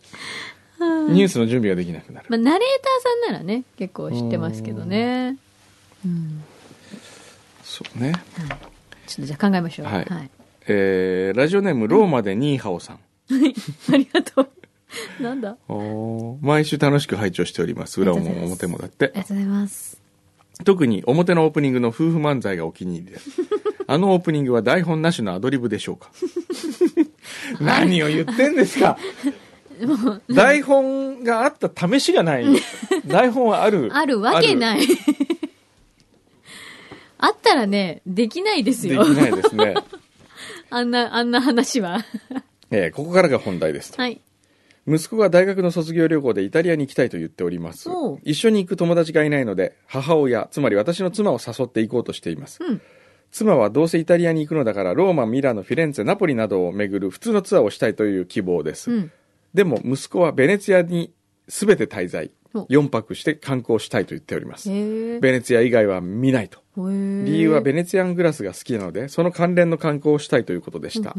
[SPEAKER 1] ゲスト。
[SPEAKER 2] ニュースの準備ができなくなる
[SPEAKER 1] まあ、ナレーターさんならね、結構知ってますけどね。うん。
[SPEAKER 2] そうね。
[SPEAKER 1] ちょっとじゃあ考えましょう。
[SPEAKER 2] はいえーラジオネームローマでニーハオさん。
[SPEAKER 1] ありがとう。なんだ
[SPEAKER 2] 毎週楽しく拝聴しております。裏
[SPEAKER 1] ありがと
[SPEAKER 2] も
[SPEAKER 1] うご
[SPEAKER 2] 表
[SPEAKER 1] ざいます
[SPEAKER 2] もだって
[SPEAKER 1] あり。がとうございます。
[SPEAKER 2] 特に表のオープニングの夫婦漫才がお気に入り です。あのオープニングは台本なしのアドリブでしょうか 何を言ってんですか台本があった試しがない。 台本はある。
[SPEAKER 1] あるわけ
[SPEAKER 2] い。
[SPEAKER 1] ない。 あったらね、できないです
[SPEAKER 2] でき
[SPEAKER 1] よ。
[SPEAKER 2] ないですね。
[SPEAKER 1] あんな、あんな話は。
[SPEAKER 2] えーここからが本題ですと。
[SPEAKER 1] はい。
[SPEAKER 2] 息子が大学の卒業旅行でイタリアに行きたいと言っております
[SPEAKER 1] おう
[SPEAKER 2] 一緒に行く友達がいないので母親つまり私の妻を誘って行こうとしています、
[SPEAKER 1] うん
[SPEAKER 2] 妻はどうせイタリアに行くのだからローマミラノフィレンツェナポリなどを巡る普通のツアーをしたいという希望です、
[SPEAKER 1] うん。
[SPEAKER 2] でも息子はベネツィアに全て滞在
[SPEAKER 1] お
[SPEAKER 2] 4泊して観光したいと言っております
[SPEAKER 1] へえ。
[SPEAKER 2] ベネツィア以外は見ないと理
[SPEAKER 1] 理
[SPEAKER 2] 由はベ
[SPEAKER 1] ネ
[SPEAKER 2] ネツィアングラスが好きなのでその関連の観光をしたいということでした、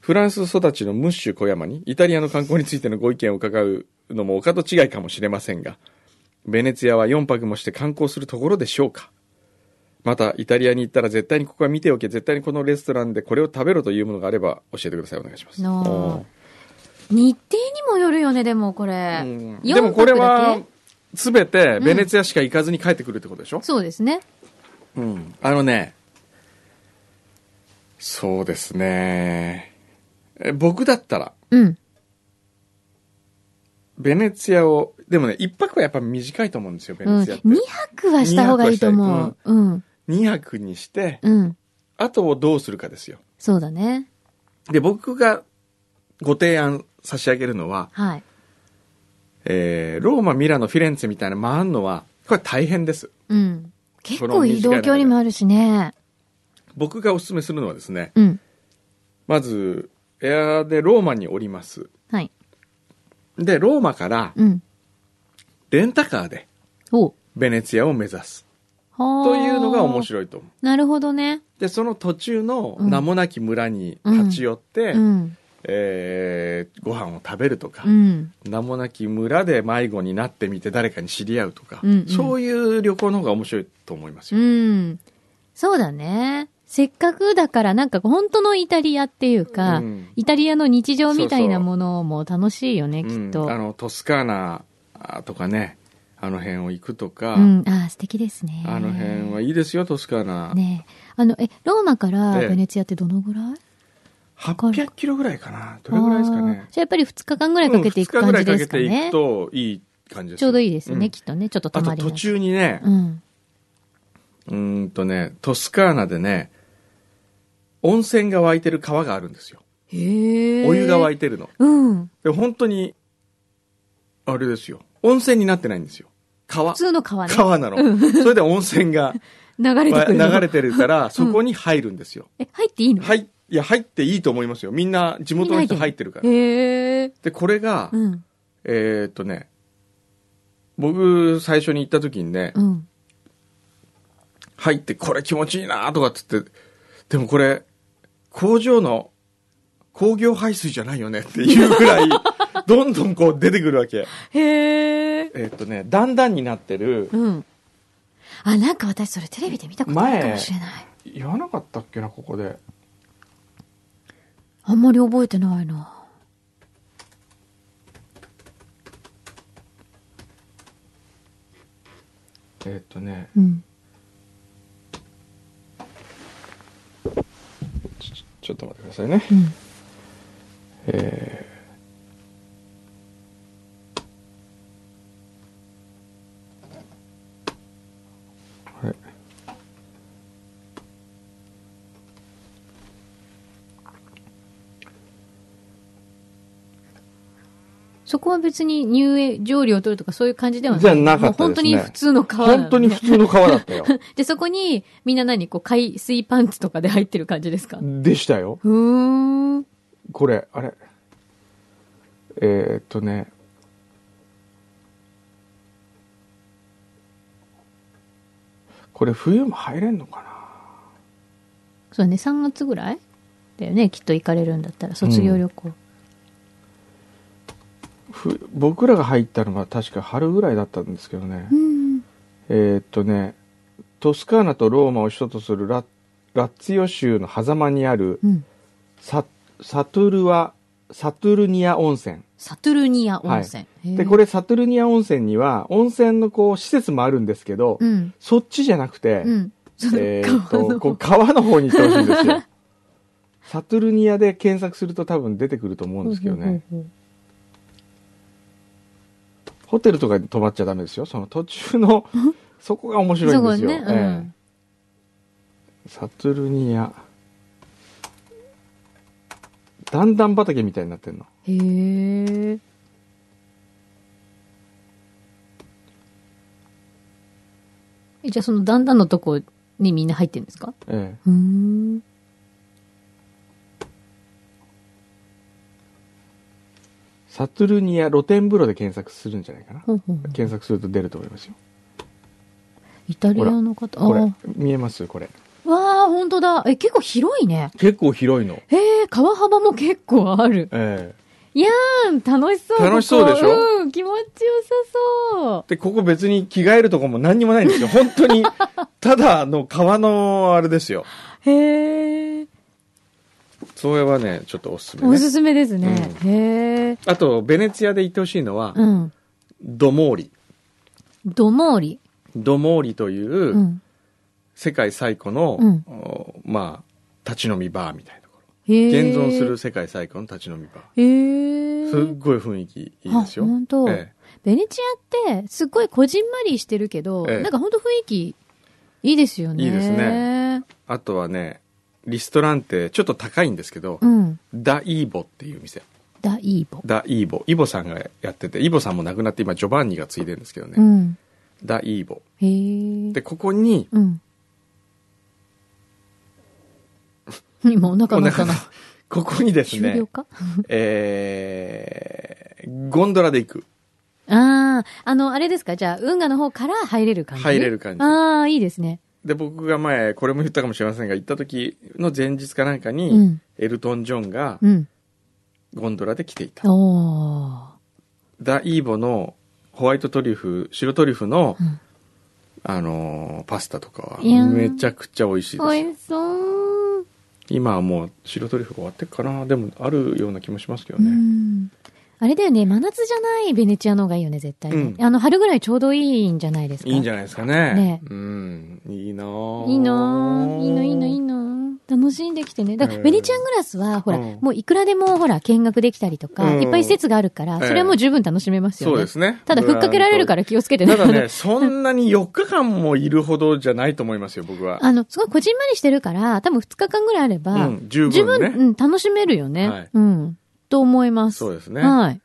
[SPEAKER 2] フランス育ちのムッシュ小山にイタリアの観光についてのご意見を伺うのもお門違いかもしれませんが、ベネツィアは4泊もして観光するところでしょうかまた、イタリアに行ったら絶対にここは見ておけ、絶対にこのレストランでこれを食べろというものがあれば教えてください。お願いします。
[SPEAKER 1] なあ
[SPEAKER 2] お
[SPEAKER 1] 日程にもよるよね、でもこれ。
[SPEAKER 2] ーうん
[SPEAKER 1] 四
[SPEAKER 2] でもこれ
[SPEAKER 1] 泊だ
[SPEAKER 2] は
[SPEAKER 1] け、
[SPEAKER 2] すべてベネツィアしか行かずに帰ってくるってことでしょ、
[SPEAKER 1] そうですね。
[SPEAKER 2] うん、あのね、そうですね。え僕だったら、
[SPEAKER 1] うん。
[SPEAKER 2] ベネツィアを、でもね、一泊はやっぱ短いと思うんですよ、ベ
[SPEAKER 1] うん、
[SPEAKER 2] ネツィアって。
[SPEAKER 1] 2泊はした方がいいと思う。うん。
[SPEAKER 2] 2泊にして、
[SPEAKER 1] うん。
[SPEAKER 2] あとをどうするかですよ。
[SPEAKER 1] そうだね。
[SPEAKER 2] で、僕がご提案差し上げるのは、
[SPEAKER 1] はい。
[SPEAKER 2] えー、ローマ、ミラノ、フィレンツェみたいな回るのは、これ大変です。
[SPEAKER 1] うん。結構移動距離もあるしね。
[SPEAKER 2] 僕がお勧めするのはですね、
[SPEAKER 1] うん。
[SPEAKER 2] まず、エアでローマに降ります。
[SPEAKER 1] はい。
[SPEAKER 2] で、ローマから
[SPEAKER 1] うん。
[SPEAKER 2] レンタカーで
[SPEAKER 1] お
[SPEAKER 2] ベネツィアを目指す。
[SPEAKER 1] と
[SPEAKER 2] というのが面
[SPEAKER 1] い。
[SPEAKER 2] 白いと思う。
[SPEAKER 1] なるほどね。
[SPEAKER 2] で、その途中の名もなき村に立ち寄って、
[SPEAKER 1] うん。
[SPEAKER 2] えーご飯を食べるとか、
[SPEAKER 1] うん。
[SPEAKER 2] 名もなき村で迷子になってみて誰かに知り合うとか、
[SPEAKER 1] うんうん
[SPEAKER 2] そういう旅行の方が面白いと思います
[SPEAKER 1] う
[SPEAKER 2] よ。
[SPEAKER 1] ん。そうだね。せっかくだから、なんか本当のイタリアっていうか、
[SPEAKER 2] うん
[SPEAKER 1] イタリアの日常みたいな
[SPEAKER 2] そうそう
[SPEAKER 1] ものも楽しいよね、
[SPEAKER 2] うん
[SPEAKER 1] きっと。
[SPEAKER 2] あのトスカーナとかねあの辺を行くとか、
[SPEAKER 1] うん、あー素敵ですね。
[SPEAKER 2] あの辺はいいですよトスカーナ、
[SPEAKER 1] ねえあの、え、ローマから
[SPEAKER 2] ええ
[SPEAKER 1] ベネツィアってどのぐらい、
[SPEAKER 2] 800キロぐらいかなどれぐらいですか
[SPEAKER 1] あ
[SPEAKER 2] ね
[SPEAKER 1] ーじゃあやっぱり2日間ぐらいかけていく
[SPEAKER 2] うん二
[SPEAKER 1] 感
[SPEAKER 2] 日
[SPEAKER 1] じ
[SPEAKER 2] ぐら
[SPEAKER 1] で
[SPEAKER 2] い
[SPEAKER 1] す
[SPEAKER 2] かけ
[SPEAKER 1] か
[SPEAKER 2] てい
[SPEAKER 1] ね
[SPEAKER 2] く。といい感じです
[SPEAKER 1] ちょうどいいですね、
[SPEAKER 2] うん
[SPEAKER 1] きっとね。ちょっと
[SPEAKER 2] あ
[SPEAKER 1] 泊
[SPEAKER 2] と
[SPEAKER 1] まりな
[SPEAKER 2] 途
[SPEAKER 1] がら
[SPEAKER 2] 中にね、
[SPEAKER 1] うん。
[SPEAKER 2] うーんとねトスカーナでね温泉が湧いてる川があるんですよ
[SPEAKER 1] へえ。
[SPEAKER 2] お湯が湧
[SPEAKER 1] い
[SPEAKER 2] いてるの
[SPEAKER 1] うん。
[SPEAKER 2] で本当にあれですよ温泉になってないんですよ川
[SPEAKER 1] 普通の川ね。
[SPEAKER 2] 川なの、それで温泉 が
[SPEAKER 1] 流れてくるの。
[SPEAKER 2] 流れてるからそこに入るんですよ、
[SPEAKER 1] え、入っていいの
[SPEAKER 2] はいいや入っていいと思いますよみんな地元の人入
[SPEAKER 1] みんな入
[SPEAKER 2] っ
[SPEAKER 1] って
[SPEAKER 2] るから
[SPEAKER 1] へえ。
[SPEAKER 2] でこれが、
[SPEAKER 1] うん。
[SPEAKER 2] えー、っとね僕最初に行った時にね、
[SPEAKER 1] うん。
[SPEAKER 2] 入ってこれ気持ちいいなとかっつってでもこ れ工場の工業排水じゃないよねっていうぐらいどんどんこう出てくるわけ。
[SPEAKER 1] へえ。
[SPEAKER 2] えっとね、だんだんになってる、
[SPEAKER 1] うん。あ、なんか私それテレビで見たことあるかもしれない。
[SPEAKER 2] 言わなかったっけな、ここで。
[SPEAKER 1] あんまり覚えてないな。
[SPEAKER 2] えっとね、
[SPEAKER 1] うん。
[SPEAKER 2] ちちょっと待ってくださいね。
[SPEAKER 1] うん。
[SPEAKER 2] えーはい
[SPEAKER 1] そこは別に入園上料を取るとかそういう感じではない。
[SPEAKER 2] じゃなかったですね
[SPEAKER 1] もう本当に普通の川なのね、
[SPEAKER 2] 本当に普通の川だったよ。
[SPEAKER 1] で、そこにみんな何こう海水パンツとかで入ってる感じです か
[SPEAKER 2] でしたよ。
[SPEAKER 1] うーん。
[SPEAKER 2] これ、あれ。えーっとね。これ冬も入れんのかな
[SPEAKER 1] そうね、3月ぐらいだよね、きっと行かれるんだったら、卒業旅行。
[SPEAKER 2] ふ僕らが入ったのは確か春ぐらいだったんですけどね。
[SPEAKER 1] うん。
[SPEAKER 2] えーっとね、トスカーナとローマを首都とするララッツィオ州の狭間にある
[SPEAKER 1] うん。
[SPEAKER 2] ササトゥルワ、サトゥルニア温泉。
[SPEAKER 1] サトゥルニア温泉。へー
[SPEAKER 2] で、これサトゥルニア温泉には温泉のこう施設もあるんですけど、
[SPEAKER 1] うん。
[SPEAKER 2] そっちじゃなくて、
[SPEAKER 1] うん。その
[SPEAKER 2] えーっ
[SPEAKER 1] 川
[SPEAKER 2] と、
[SPEAKER 1] の
[SPEAKER 2] こう川の方に行ってほしいんです よ。サトゥルニアで検索すると多分出てくると思うんですけどね。
[SPEAKER 1] ほうほうほう
[SPEAKER 2] ホテルとかに泊まっちゃダメですよ。その途中 の、そこが面白いんですよ。
[SPEAKER 1] そこねうん
[SPEAKER 2] ええサトゥルニア。段々畑みたいになってんの。
[SPEAKER 1] へえ。えじゃあその段々のとこにみんな入ってるんですか
[SPEAKER 2] え
[SPEAKER 1] うーん。
[SPEAKER 2] えサトゥルニア露天風呂で検索するんじゃないかな。
[SPEAKER 1] ほうほうほう
[SPEAKER 2] 検索すると出ると思いますよ。
[SPEAKER 1] イタリアの方、ああ
[SPEAKER 2] これ
[SPEAKER 1] ー。、
[SPEAKER 2] 見えますこれ。
[SPEAKER 1] わあ、本当だ。え、結構広いね。
[SPEAKER 2] 結構広いの。
[SPEAKER 1] へえ、川幅も結構ある。
[SPEAKER 2] ええ
[SPEAKER 1] いやー、楽しそう。
[SPEAKER 2] 楽しそうでしょ
[SPEAKER 1] ここうん、気持ちよさそう。
[SPEAKER 2] で、ここ別に着替えるとこも何にもないん ですよ。本当に、ただの川のあれですよ。
[SPEAKER 1] へえ、
[SPEAKER 2] それはね、ちょっとおすすめ、ね。
[SPEAKER 1] おすすめですね。へえ、
[SPEAKER 2] あと、ベネツィアで行ってほしいのは、
[SPEAKER 1] うん。
[SPEAKER 2] ドモーリ。
[SPEAKER 1] どもーり。
[SPEAKER 2] ドモーリというう、
[SPEAKER 1] ん。
[SPEAKER 2] 世界最古の、
[SPEAKER 1] うん
[SPEAKER 2] おまあ、立ち飲みバーみたいなところ。
[SPEAKER 1] へえ。
[SPEAKER 2] 現存する。世界最古の立ち飲みバ
[SPEAKER 1] へ
[SPEAKER 2] ー。
[SPEAKER 1] え。
[SPEAKER 2] すっごい雰囲気いいですよ。
[SPEAKER 1] あ本当
[SPEAKER 2] え
[SPEAKER 1] ベネチアって、すっごいこじんまりしてるけど、
[SPEAKER 2] ええ
[SPEAKER 1] なんかほんと雰囲気、いいですよね。
[SPEAKER 2] いいです
[SPEAKER 1] ね。
[SPEAKER 2] えあとはね、リストランってちょっと高いんですけど、
[SPEAKER 1] うん。
[SPEAKER 2] ダ・イーボっていう店。
[SPEAKER 1] ダイーボ。
[SPEAKER 2] ダ・イーボ。イボさんがやってて、イボさんも亡くなって今ジョバンニが継いでるんですけどね。
[SPEAKER 1] うん。
[SPEAKER 2] ダ・イーボ。
[SPEAKER 1] へえ。
[SPEAKER 2] で、ここに、
[SPEAKER 1] うん。今お腹
[SPEAKER 2] お
[SPEAKER 1] 鳴った
[SPEAKER 2] 腹の
[SPEAKER 1] な。、
[SPEAKER 2] ここにです
[SPEAKER 1] 終
[SPEAKER 2] ね
[SPEAKER 1] 了、か、
[SPEAKER 2] えー、ゴンドラで行く。
[SPEAKER 1] ああ、あの、あれですかじゃあ、運河の方から入れる感じ
[SPEAKER 2] 入れる感じ
[SPEAKER 1] ああ、いいですね。
[SPEAKER 2] で、僕が前、これも言ったかもしれませんが、行った時の前日かなんかに、
[SPEAKER 1] うん
[SPEAKER 2] エルトン・ジョンが
[SPEAKER 1] うん。
[SPEAKER 2] ゴンドラで来ていた。
[SPEAKER 1] お
[SPEAKER 2] ダ・イーボのホワイトトリュフ、白トリュフの、
[SPEAKER 1] うん
[SPEAKER 2] あのーパスタとか
[SPEAKER 1] いや
[SPEAKER 2] は、
[SPEAKER 1] ー
[SPEAKER 2] めちゃくちゃ美味しいです。
[SPEAKER 1] ー。美味しそう。
[SPEAKER 2] 今はもう白トリュフが終わってっかな。でも、あるような気もしますけど
[SPEAKER 1] う
[SPEAKER 2] ね。
[SPEAKER 1] ん。あれだよね、真夏じゃないベネチアの方がいいよね、絶対ね、
[SPEAKER 2] うん
[SPEAKER 1] あの、春ぐらいちょうどいいんじゃないですか。
[SPEAKER 2] いいんじ
[SPEAKER 1] ゃ
[SPEAKER 2] ゃないですかね。
[SPEAKER 1] ね
[SPEAKER 2] うん。いいなぁ
[SPEAKER 1] いいなぁいいのいいのいいの楽しんできてね。だか
[SPEAKER 2] え
[SPEAKER 1] ら、
[SPEAKER 2] え
[SPEAKER 1] ベネチアングラスは、ほら、
[SPEAKER 2] うん
[SPEAKER 1] もういくらでも、ほら、見学できたりとか、
[SPEAKER 2] うん
[SPEAKER 1] いっぱい施設があるから、それはもう十分楽しめますよね。
[SPEAKER 2] そうですね。
[SPEAKER 1] ただ、ふっかけられるから気をつけてね。
[SPEAKER 2] ただね、そんなに4日間もいるほどじゃないと思いますよ、僕は。
[SPEAKER 1] あの、すごいこじんまりしてるから、多分2日間ぐらいあれば、
[SPEAKER 2] うん十分ね
[SPEAKER 1] 自分、うん、楽しめるよね。
[SPEAKER 2] はい
[SPEAKER 1] うん。と思います。
[SPEAKER 2] そうですね
[SPEAKER 1] はい。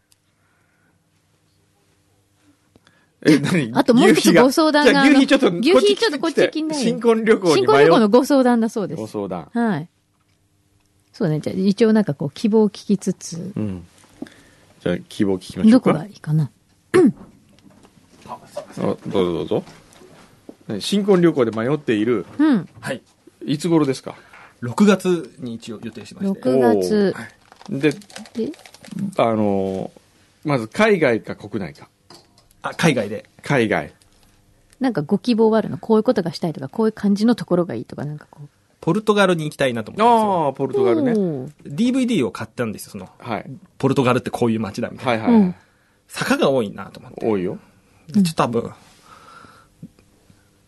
[SPEAKER 2] え、何
[SPEAKER 1] あともう一つ
[SPEAKER 2] 牛皮が
[SPEAKER 1] ご相談が
[SPEAKER 2] じゃあ
[SPEAKER 1] あの
[SPEAKER 2] 牛皮ちょっと、
[SPEAKER 1] 牛皮
[SPEAKER 2] こっち
[SPEAKER 1] ちょっとこっ
[SPEAKER 2] 来
[SPEAKER 1] ち
[SPEAKER 2] て
[SPEAKER 1] 来ない
[SPEAKER 2] 新婚旅行に
[SPEAKER 1] 新
[SPEAKER 2] 迷う
[SPEAKER 1] 婚旅行のご相談だそうで
[SPEAKER 2] ご
[SPEAKER 1] す。
[SPEAKER 2] 相談。
[SPEAKER 1] はい。そうね。じゃあ、一応なんかこう、希望を聞きつつ、
[SPEAKER 2] うん。じゃあ、希望聞きましょ
[SPEAKER 1] ど
[SPEAKER 2] うか。
[SPEAKER 1] こがいいかな。
[SPEAKER 2] あどうぞどうぞ。ね新婚旅行で迷っている、
[SPEAKER 1] うん。
[SPEAKER 4] はい。
[SPEAKER 2] いつ頃ですか
[SPEAKER 4] 6月に一応予定してまして。
[SPEAKER 1] 6月
[SPEAKER 2] おーで、
[SPEAKER 1] で、
[SPEAKER 2] あのーまず海外か国内か。
[SPEAKER 4] あ、海外で。
[SPEAKER 2] 海外。
[SPEAKER 1] なんかご希望はあるのこういうことがしたいとか、こういう感じのところがいいとか、なんかこう。
[SPEAKER 4] ポルトガルに行きたいなと思っ
[SPEAKER 2] ああ、ポルトガルね。
[SPEAKER 1] おー
[SPEAKER 4] てますよ。DVD を買ったんですよ、その。
[SPEAKER 2] はい。
[SPEAKER 4] ポルトガルってこういう街だみたいな。
[SPEAKER 2] はいはい、はい
[SPEAKER 1] うん
[SPEAKER 4] 坂が多いなと思って。
[SPEAKER 2] 多いよ。
[SPEAKER 4] でちょっと多分、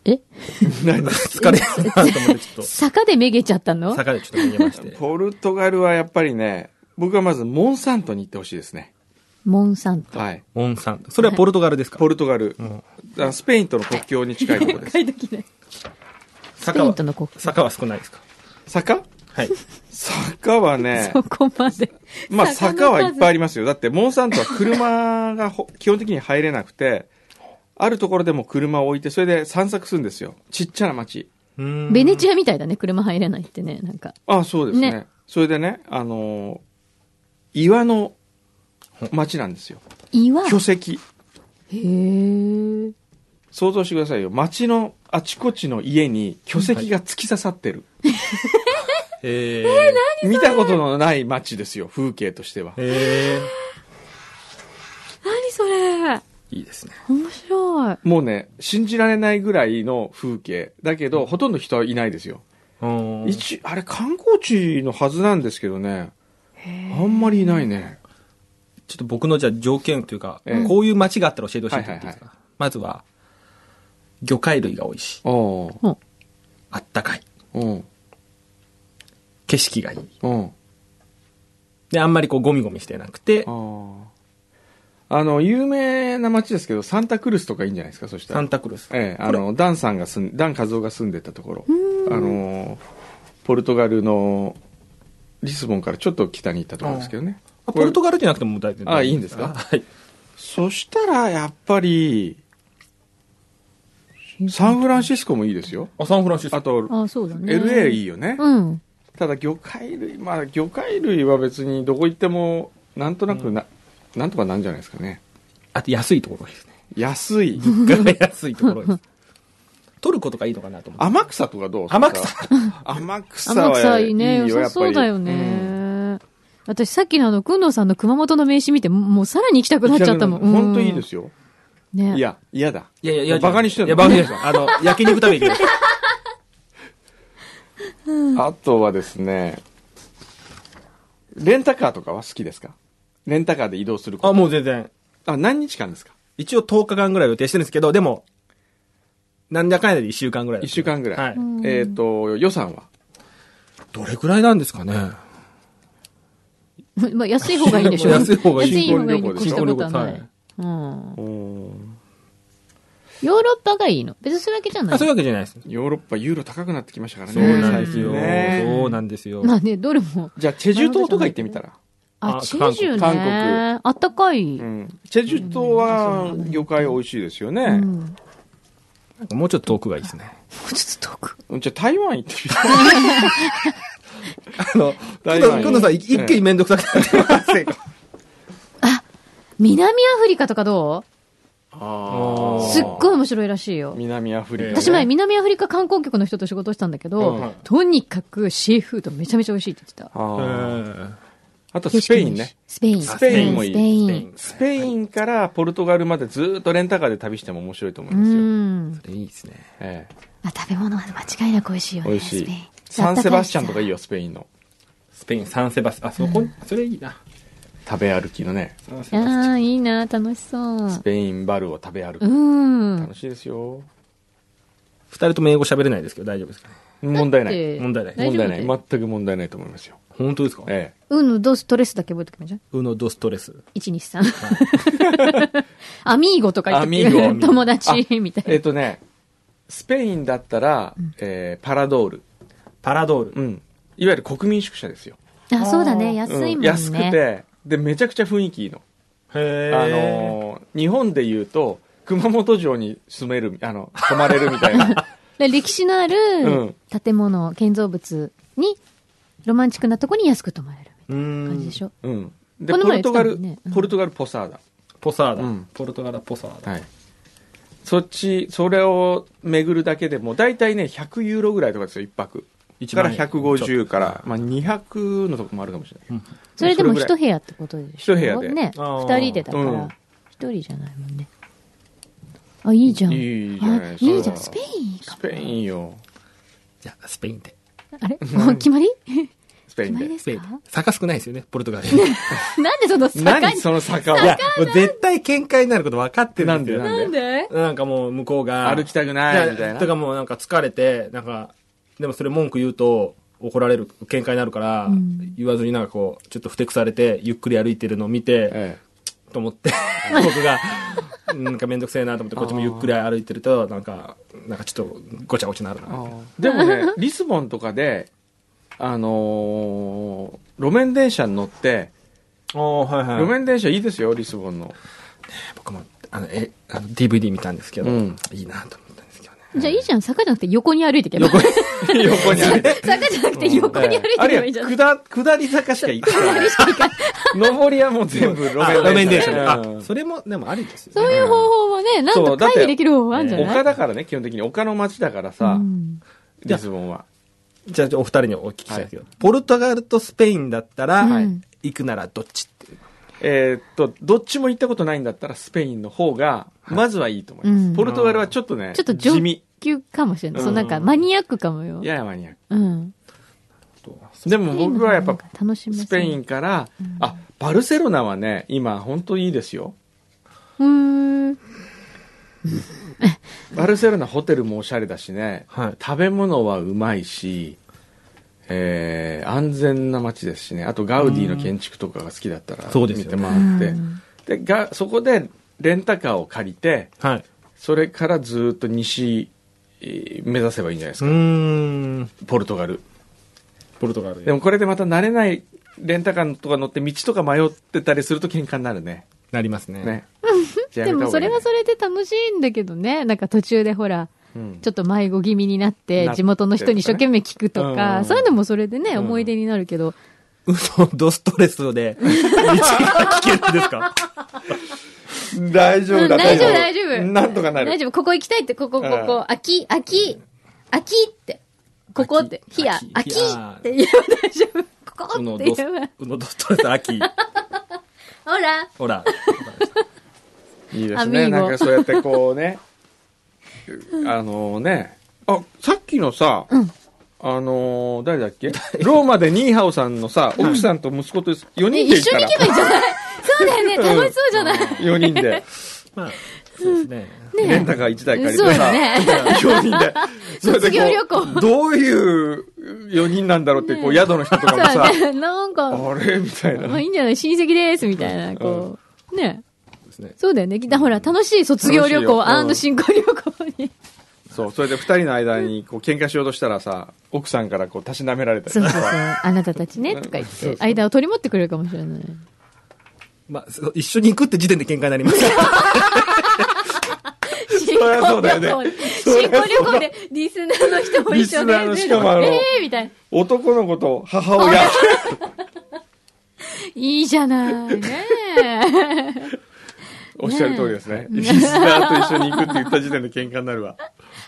[SPEAKER 1] え
[SPEAKER 4] 疲れよ うなと思って、ちょっ
[SPEAKER 1] 坂でめげちゃった
[SPEAKER 4] と、
[SPEAKER 1] の
[SPEAKER 4] 坂でちょっと逃げま して。
[SPEAKER 2] ポルトガルはやっぱりね、僕はまずモンサントに行ってほしいですね。
[SPEAKER 1] モンサント。
[SPEAKER 2] はい。
[SPEAKER 4] モンサント。それはポルトガルですか
[SPEAKER 2] ポルトガル。
[SPEAKER 4] ん
[SPEAKER 2] だからスペインとの国境に近いところです。
[SPEAKER 1] いときない。スペ
[SPEAKER 4] 坂
[SPEAKER 1] イ
[SPEAKER 4] は
[SPEAKER 1] ンとの国境
[SPEAKER 4] 坂は少ないですか
[SPEAKER 2] 坂
[SPEAKER 4] はい。
[SPEAKER 2] 坂はね、
[SPEAKER 1] そこまで。
[SPEAKER 2] まあ坂はいっぱいあ
[SPEAKER 1] い。
[SPEAKER 2] りますよ。だってモンサントは車がほ 基本的に入れなくて、あるところでも車を置いて、それで散策するんですよ。ちっちゃな町。
[SPEAKER 1] ベ
[SPEAKER 4] ベ
[SPEAKER 1] ネチアみたいだね、車入れないってね、なんか。
[SPEAKER 2] あそうですね。
[SPEAKER 1] ね
[SPEAKER 2] それでね、あのー岩の町なんですよ。
[SPEAKER 1] 岩。へ
[SPEAKER 2] 巨石。
[SPEAKER 1] え。
[SPEAKER 2] 想像してくださいよ。町のあちこちの家に巨石が突き刺さってる。
[SPEAKER 4] え
[SPEAKER 2] 見たことのない町ですよ、風景としては
[SPEAKER 4] ー、。え
[SPEAKER 1] 何それ
[SPEAKER 4] ー、いいですね。
[SPEAKER 1] 面白い。
[SPEAKER 2] もうね、信じられないぐらいの風景。だけど、ほとんど人はいないですよ。
[SPEAKER 4] うん
[SPEAKER 2] 一、あれ観光地のはずなんですけどね。あんまりいないね。
[SPEAKER 4] ちょっと僕のじゃあ条件というか、
[SPEAKER 2] ええ
[SPEAKER 4] こういう街があったら教えてほしいと言っていいですか、
[SPEAKER 2] は
[SPEAKER 4] まずは、魚介類が美味しい。
[SPEAKER 2] ああ。
[SPEAKER 4] あったかい。
[SPEAKER 2] うん。
[SPEAKER 4] 景色がいい。
[SPEAKER 2] うん。
[SPEAKER 4] で、あんまりこうゴミゴミしてなくて、
[SPEAKER 2] ああ。あの、有名な街ですけど、サンタクルスとかいいんじゃないですか、そした
[SPEAKER 4] サ
[SPEAKER 2] ら。
[SPEAKER 4] ンタクルス。
[SPEAKER 2] ええ、あの、ダンさんが住ん、ダン和夫が住んでたところ。あの、ポルトガルのリスボンからちょっと北に行ったところですけどね。
[SPEAKER 4] あポルトガルじゃなくても大丈夫
[SPEAKER 2] あいいんですか
[SPEAKER 4] はい。
[SPEAKER 2] そしたら、やっぱり、サンフランシスコもいいですよ。
[SPEAKER 4] あ、サンフランシスコ。
[SPEAKER 2] あと、
[SPEAKER 1] あ、そうだね。
[SPEAKER 2] LA いいよね。
[SPEAKER 1] うん。
[SPEAKER 2] ただ、魚介類、まあ、魚介類は別にどこ行っても、なんとなくな、なんとかなんじゃないですかね。
[SPEAKER 4] あと安いところですね。
[SPEAKER 2] 安い。
[SPEAKER 4] 物価が安いところです。 トルコとかいいのかなと思って。
[SPEAKER 2] 天草とかどう
[SPEAKER 4] 天
[SPEAKER 2] そ
[SPEAKER 4] 草
[SPEAKER 2] したら天草は
[SPEAKER 1] 天草いいね。良
[SPEAKER 2] よ
[SPEAKER 1] さそうだよ。
[SPEAKER 2] やっぱりうん
[SPEAKER 1] ね。私さっきのあの、くんのさんの熊本の名刺見て、ももうさらに行きたくなっちゃったもん。。
[SPEAKER 2] 本当いいですすよ。
[SPEAKER 1] ね。
[SPEAKER 2] い。や、嫌だ。
[SPEAKER 4] いやいやいや、
[SPEAKER 2] バカにしてん
[SPEAKER 4] る
[SPEAKER 2] の
[SPEAKER 4] いや、バカにしてるあ の、焼肉食べに行きま
[SPEAKER 2] あとはですね、レンタカーとかは好きですかレンタカーで移動する
[SPEAKER 4] す。
[SPEAKER 2] こ
[SPEAKER 4] あ、
[SPEAKER 2] と。
[SPEAKER 4] もう全然。
[SPEAKER 2] あ、何日間ですか
[SPEAKER 4] 一応10日間ぐらい予定してるんですけど、でも、なんだかんだで1週間ぐらいだ。
[SPEAKER 2] 一週間ぐらい。
[SPEAKER 4] はい。
[SPEAKER 2] えっ、と、予算は
[SPEAKER 4] どれぐらいなんですかね。
[SPEAKER 1] まあ安い方がいい んでしょ
[SPEAKER 4] 安い方がいい
[SPEAKER 1] 安い方がいいに越
[SPEAKER 2] 新
[SPEAKER 1] し
[SPEAKER 2] 婚旅
[SPEAKER 1] たこと
[SPEAKER 2] 行
[SPEAKER 1] は
[SPEAKER 4] は
[SPEAKER 1] ないい。。うん。
[SPEAKER 2] ヨ
[SPEAKER 1] ヨーロッパがいいの別にそれだけじゃな
[SPEAKER 4] あ、
[SPEAKER 1] い
[SPEAKER 4] そういうわけじゃないです。
[SPEAKER 2] ーロッパユーロ高くなってきましたからね。
[SPEAKER 4] そうなんですよ。
[SPEAKER 2] 最近ね
[SPEAKER 4] そうなんですよ。
[SPEAKER 1] まあね、どれも。
[SPEAKER 2] じゃあ、チェジュ島とか行ってみたら。
[SPEAKER 1] あ、
[SPEAKER 4] あ
[SPEAKER 1] チェジュね。
[SPEAKER 2] 韓国
[SPEAKER 1] あったかい。
[SPEAKER 2] うん。チェジュ島は魚介美味しいですよね。
[SPEAKER 4] もうちょっと遠くがいいですね。
[SPEAKER 1] もうちょっと遠く。
[SPEAKER 2] じゃあ、台湾行ってみた
[SPEAKER 4] あの、
[SPEAKER 2] 大
[SPEAKER 4] 今
[SPEAKER 2] 丈夫
[SPEAKER 4] 度、今度さ、い一気にめんどくさくなってますよ。
[SPEAKER 1] 南アフリカとかどう
[SPEAKER 4] ー
[SPEAKER 1] すっごい面白いらしいよ。
[SPEAKER 2] 南アフリカ、
[SPEAKER 4] えー
[SPEAKER 1] 私前、南アフリカ観光局の人と仕事したんだけど、
[SPEAKER 2] うんうん
[SPEAKER 1] とにかくシーフードめちゃめちゃ美味しいって言って
[SPEAKER 2] あ
[SPEAKER 1] た。
[SPEAKER 2] ー
[SPEAKER 4] うん
[SPEAKER 2] あとスペイン
[SPEAKER 1] 景色もいい
[SPEAKER 2] ね
[SPEAKER 1] し。。スペイン。
[SPEAKER 2] スペインもいい
[SPEAKER 1] スペイ
[SPEAKER 4] ス
[SPEAKER 1] ン
[SPEAKER 4] ペイン。
[SPEAKER 2] スペインからポルトガルまでずーっとレンタカーで旅しても面白いと思いますよ。
[SPEAKER 1] うん。
[SPEAKER 4] いいですね。
[SPEAKER 2] え
[SPEAKER 1] あ食べ物は間違いなく美味しいよ
[SPEAKER 2] え
[SPEAKER 1] ね。
[SPEAKER 2] 美味し
[SPEAKER 1] スペイ
[SPEAKER 2] い
[SPEAKER 1] ン。
[SPEAKER 2] サンセバスチャンとかいい
[SPEAKER 1] よ。
[SPEAKER 2] よ、スペインの。
[SPEAKER 4] スペイン、サンセバス、あ、そこ、それいいな。
[SPEAKER 2] 食べ歩きのね。
[SPEAKER 4] サンセバス
[SPEAKER 1] ああ、いいな、楽しそう
[SPEAKER 2] ス。ペインバルを食べ歩
[SPEAKER 1] う
[SPEAKER 2] く。
[SPEAKER 1] ん
[SPEAKER 2] 楽。しいですよ。
[SPEAKER 4] 二人とも英語喋れないですけど大丈夫ですかね。
[SPEAKER 2] 問題ない。
[SPEAKER 1] で
[SPEAKER 4] 問題ない。
[SPEAKER 1] 大
[SPEAKER 2] 問
[SPEAKER 1] 丈夫
[SPEAKER 2] 題ない。全く問題ないと思いますよ。
[SPEAKER 4] 本当ですか
[SPEAKER 2] ええ。
[SPEAKER 1] うんの、どうす、トレスだけ覚えとけばいいんじゃん
[SPEAKER 4] うのドストレス。
[SPEAKER 1] 1、2、3。アミーゴとか言って
[SPEAKER 2] アミーゴ
[SPEAKER 1] 友達みた
[SPEAKER 2] え
[SPEAKER 1] い
[SPEAKER 2] っとね、スペインだったら、えーパラドール。
[SPEAKER 4] パラドール。
[SPEAKER 2] うん。いわゆる国民宿舎ですよ。
[SPEAKER 1] な。あ、そうだね。安いもん
[SPEAKER 2] う
[SPEAKER 1] ね。
[SPEAKER 2] ん安くて、で、めちゃくちゃ雰囲気いいの。
[SPEAKER 4] へー
[SPEAKER 2] あのー日本で言うと、熊本城に住める、あの、泊まれるみたい な。
[SPEAKER 1] で歴史のある建物、建造物に、ロマンチックなとこに安く泊まれるみ
[SPEAKER 4] う
[SPEAKER 1] たいな感じ
[SPEAKER 4] ん
[SPEAKER 1] で。しょ。
[SPEAKER 2] うん。で、
[SPEAKER 1] この
[SPEAKER 2] ポ
[SPEAKER 1] 前
[SPEAKER 2] ルトガ
[SPEAKER 1] 言っ
[SPEAKER 2] ル、
[SPEAKER 1] てたもんねうん
[SPEAKER 2] ポルトガルポサーダ。
[SPEAKER 4] ポサーダ、
[SPEAKER 2] うん
[SPEAKER 4] ポルトガルポサーダ。
[SPEAKER 2] はい。そっち、それを巡るだけでも、だいたいね、100ユーロぐらいとかですよ、一泊。
[SPEAKER 4] 一
[SPEAKER 2] から
[SPEAKER 4] 万円
[SPEAKER 2] 150から、まあ、200のとこもあるかもしれないけど、
[SPEAKER 1] それでも
[SPEAKER 2] それぐら
[SPEAKER 1] 一
[SPEAKER 2] い
[SPEAKER 1] 部屋ってことでし
[SPEAKER 2] 一
[SPEAKER 1] ょ
[SPEAKER 2] 部屋で
[SPEAKER 1] ね。
[SPEAKER 4] あー
[SPEAKER 1] 二人でだか
[SPEAKER 2] うん
[SPEAKER 1] ら、一人じゃないもんね。あ、いいじゃん。
[SPEAKER 2] いいじゃない
[SPEAKER 1] あ
[SPEAKER 2] ですか
[SPEAKER 1] いいじゃん。スペインか
[SPEAKER 2] スペインよ
[SPEAKER 4] じゃあ、スペインで。
[SPEAKER 1] あれもう決まり
[SPEAKER 2] スペイ
[SPEAKER 1] 決
[SPEAKER 2] ン
[SPEAKER 1] ま
[SPEAKER 2] で
[SPEAKER 1] りで
[SPEAKER 4] ス
[SPEAKER 1] す
[SPEAKER 4] ペインで
[SPEAKER 1] か。
[SPEAKER 4] 坂少ないですよね、ポルトガル。い
[SPEAKER 1] なんでその坂
[SPEAKER 2] 何
[SPEAKER 1] に。
[SPEAKER 2] その坂は
[SPEAKER 4] や、もう絶対喧嘩になること分かってるんですよ。
[SPEAKER 2] なんで
[SPEAKER 1] なんで
[SPEAKER 4] なんかもう向こうが。
[SPEAKER 2] 歩きたくないみたいな
[SPEAKER 4] とかもうなんか疲れて、なんか、でもそれ文句言うと怒られる、喧嘩になるから、
[SPEAKER 1] ん
[SPEAKER 4] 言わずになんかこう、ちょっとふてくされて、ゆっくり歩いてるのを見て、
[SPEAKER 2] え
[SPEAKER 4] と 思って、僕が、なんかめんどくせえなと思って、こっちもゆっくり歩いてると、なんか、なんかちょっとごちゃごちゃなる
[SPEAKER 2] え
[SPEAKER 4] な。
[SPEAKER 2] でもね リスボンとかであのー路面電車に乗って
[SPEAKER 4] ああ、はいは
[SPEAKER 2] 路面電車いいですよリスボンの
[SPEAKER 4] 僕も、あの、え、あの、DVD 見たんですけど、
[SPEAKER 2] うん
[SPEAKER 4] いいなと思ったんですけどね。
[SPEAKER 1] じゃあいいじゃん。坂じゃなくて横に歩いてけば。
[SPEAKER 2] 横に 横に歩いて
[SPEAKER 1] 坂じゃなくて横に歩い
[SPEAKER 2] あ
[SPEAKER 1] て
[SPEAKER 2] れ
[SPEAKER 1] け
[SPEAKER 2] や
[SPEAKER 1] ばいいじゃん。
[SPEAKER 2] 下下り坂しか行かない 上りはもう全部路
[SPEAKER 4] あ
[SPEAKER 2] 面電
[SPEAKER 4] 電
[SPEAKER 2] 車
[SPEAKER 4] 車
[SPEAKER 2] ね
[SPEAKER 4] ね
[SPEAKER 2] うん
[SPEAKER 4] あ、それも、でもありですよね。
[SPEAKER 1] そういう方法もね、なん
[SPEAKER 2] そ
[SPEAKER 1] と
[SPEAKER 2] うだっ
[SPEAKER 1] 回
[SPEAKER 2] て
[SPEAKER 1] 避できる方法あるんじゃない
[SPEAKER 2] 丘だからね基本的に丘の町だからさ、
[SPEAKER 1] うん
[SPEAKER 2] リスボンは
[SPEAKER 4] じゃあ、お二人にお聞きしたいんですけど、ポルトガルとスペインだったら、
[SPEAKER 1] うん
[SPEAKER 4] 行くならどっちっていう。
[SPEAKER 2] えーっとどっちも行ったことないんだったらスペインの方がまずはいいと思います、
[SPEAKER 1] うん
[SPEAKER 2] ポルトガルはちょっとね
[SPEAKER 1] ちょっと上
[SPEAKER 2] 地味
[SPEAKER 1] 級かもしれない。
[SPEAKER 2] うん
[SPEAKER 1] そうなんかマニアックかもよ。
[SPEAKER 2] ややマニアッ
[SPEAKER 1] うん。
[SPEAKER 2] クでも僕はやっぱ
[SPEAKER 1] 楽しめそう
[SPEAKER 2] スペイン。から、あバルセロナはね今本当いいですよ
[SPEAKER 1] うーん。
[SPEAKER 2] バルセロナホテルもおしゃれだしね、
[SPEAKER 4] はい
[SPEAKER 2] 食べ物はうまいし、えー安全な街ですしねあとガウディの建築とかが好きだったら
[SPEAKER 4] そう
[SPEAKER 2] 見
[SPEAKER 4] です
[SPEAKER 2] て
[SPEAKER 4] よね
[SPEAKER 2] 回って、
[SPEAKER 1] うん
[SPEAKER 2] でがそこでレンタカーを借りて
[SPEAKER 4] はい。
[SPEAKER 2] それからずっと西えー目指せばいいんじゃないです
[SPEAKER 4] う
[SPEAKER 2] か、
[SPEAKER 4] ーん。
[SPEAKER 2] ポルトガル
[SPEAKER 4] ポルトガル
[SPEAKER 2] でもこれでまた慣れないレンタカーとか乗って道とか迷ってたりすると喧嘩になるね
[SPEAKER 4] なりますね。
[SPEAKER 2] ねじゃあ
[SPEAKER 1] で
[SPEAKER 2] やめた
[SPEAKER 1] も
[SPEAKER 2] 方が
[SPEAKER 1] そ
[SPEAKER 2] いいね
[SPEAKER 1] れはそれで楽しいんだけどね。なんか途中でほら、
[SPEAKER 2] うん
[SPEAKER 1] ちょっと迷子気味になって
[SPEAKER 2] な、
[SPEAKER 1] 地元の人に一生懸命聞くと
[SPEAKER 2] う
[SPEAKER 1] か、
[SPEAKER 2] ん
[SPEAKER 1] そういうのもそれでね、
[SPEAKER 2] うん
[SPEAKER 1] 思い出になるけど、
[SPEAKER 4] 嘘、ドストレスで、道が聞けるんで すか
[SPEAKER 2] 大丈夫だ
[SPEAKER 1] うん大丈夫大丈夫
[SPEAKER 2] なんとかなる
[SPEAKER 1] 大丈夫、ここ行きたいって、ここ、こ
[SPEAKER 2] うん
[SPEAKER 1] こ、飽き、飽き、飽きって、ここって、
[SPEAKER 4] 秋
[SPEAKER 1] ひや、
[SPEAKER 4] 秋
[SPEAKER 1] 飽き
[SPEAKER 4] あー
[SPEAKER 1] って言えば大丈夫、こ
[SPEAKER 4] う
[SPEAKER 1] こ
[SPEAKER 4] の
[SPEAKER 1] っ
[SPEAKER 4] ド
[SPEAKER 1] て
[SPEAKER 4] ス、
[SPEAKER 1] 言えば、
[SPEAKER 4] うのドストレス秋。
[SPEAKER 1] ほら、
[SPEAKER 4] ほら。
[SPEAKER 2] いいで
[SPEAKER 1] ア
[SPEAKER 2] す
[SPEAKER 1] ミー
[SPEAKER 2] ね。
[SPEAKER 1] ゴ
[SPEAKER 2] なんかそうやってこう ね。あのね。あ、さっきのさ、あのー誰だっけローマでニーハオさんのさ、奥さんと息子と4人で
[SPEAKER 1] ね
[SPEAKER 2] 行
[SPEAKER 1] 一
[SPEAKER 2] った
[SPEAKER 1] 緒に
[SPEAKER 2] ら
[SPEAKER 1] 行けばいいんじゃないそうだよね、楽しそうじゃない
[SPEAKER 2] 4人で、
[SPEAKER 4] まあ、そうですね。
[SPEAKER 2] レンタカー1台借り
[SPEAKER 1] そう
[SPEAKER 2] てさ、
[SPEAKER 1] だね。
[SPEAKER 2] 4人で。それでこう
[SPEAKER 1] 卒業旅行
[SPEAKER 2] どういう4人なんだろうって、こう宿の人とか
[SPEAKER 1] そう
[SPEAKER 2] もさ、
[SPEAKER 1] だね、なんか、
[SPEAKER 2] あれみたい
[SPEAKER 1] まあ
[SPEAKER 2] な。
[SPEAKER 1] いいんじゃない親戚です、みたいな、こう、ね。
[SPEAKER 4] そうですね。
[SPEAKER 1] そうだよね。きっとほら、楽しい卒業旅行、
[SPEAKER 2] 楽し
[SPEAKER 1] 新婚旅行に。
[SPEAKER 2] そう、それで2人の間にこう喧嘩しようとしたらさ、奥さんからこう、たしなめられたり
[SPEAKER 1] そ
[SPEAKER 2] と
[SPEAKER 1] うそうそう
[SPEAKER 2] か。。
[SPEAKER 1] あなたたちね、とか言って、間を取り持ってくれるかもしれない。
[SPEAKER 4] まあ、そう一緒に行くって時点で喧嘩になります。
[SPEAKER 1] 新
[SPEAKER 2] りゃそ
[SPEAKER 1] 婚
[SPEAKER 2] うだよ
[SPEAKER 1] 旅行
[SPEAKER 2] ね
[SPEAKER 1] で、新婚旅行でリスナーの人も一緒で、
[SPEAKER 2] リスナーのしかもあの
[SPEAKER 1] えーみたいな。
[SPEAKER 2] 男の子と母 親。
[SPEAKER 1] いいじゃない。ねえ。
[SPEAKER 2] おっしゃる通りですね。リスナーと一緒に行くって言った時点で喧嘩になるわ。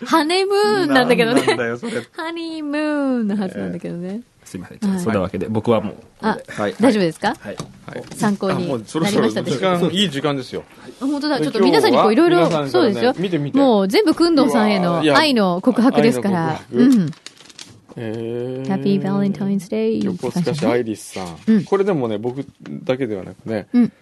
[SPEAKER 1] ハネムーンなんだけど
[SPEAKER 2] なんだ
[SPEAKER 1] ね。
[SPEAKER 2] よ、それ。
[SPEAKER 1] ハニームーンのはずなんだけどね。
[SPEAKER 4] すいません。じゃあ、そんなわけで、僕はもう、
[SPEAKER 1] あ、
[SPEAKER 2] はい
[SPEAKER 1] 大丈夫ですか
[SPEAKER 4] はい。
[SPEAKER 2] はい
[SPEAKER 1] 参考
[SPEAKER 2] あ
[SPEAKER 1] に
[SPEAKER 2] もう
[SPEAKER 1] な
[SPEAKER 2] そろ
[SPEAKER 1] り
[SPEAKER 2] そ
[SPEAKER 1] ま
[SPEAKER 2] ろ
[SPEAKER 1] したで
[SPEAKER 2] 時
[SPEAKER 1] しょうか
[SPEAKER 2] 間、いい時間ですよ。
[SPEAKER 1] 本当だ、
[SPEAKER 2] で
[SPEAKER 1] ちょっと皆さんにこういろい
[SPEAKER 2] 今
[SPEAKER 1] ろ
[SPEAKER 2] 日は、
[SPEAKER 1] そうです
[SPEAKER 2] 皆さんから
[SPEAKER 1] よ
[SPEAKER 2] ね見てみ。て
[SPEAKER 1] もう全部くんどうさんへ
[SPEAKER 2] うわ
[SPEAKER 1] の
[SPEAKER 2] いや
[SPEAKER 1] 愛の告白ですから。
[SPEAKER 2] 愛の告白
[SPEAKER 1] うん。
[SPEAKER 2] えー、
[SPEAKER 1] Happy Valentine's Day
[SPEAKER 2] 横須賀市アイリスさん,、
[SPEAKER 1] うん
[SPEAKER 2] これでもね、僕だけではなくね、
[SPEAKER 1] うん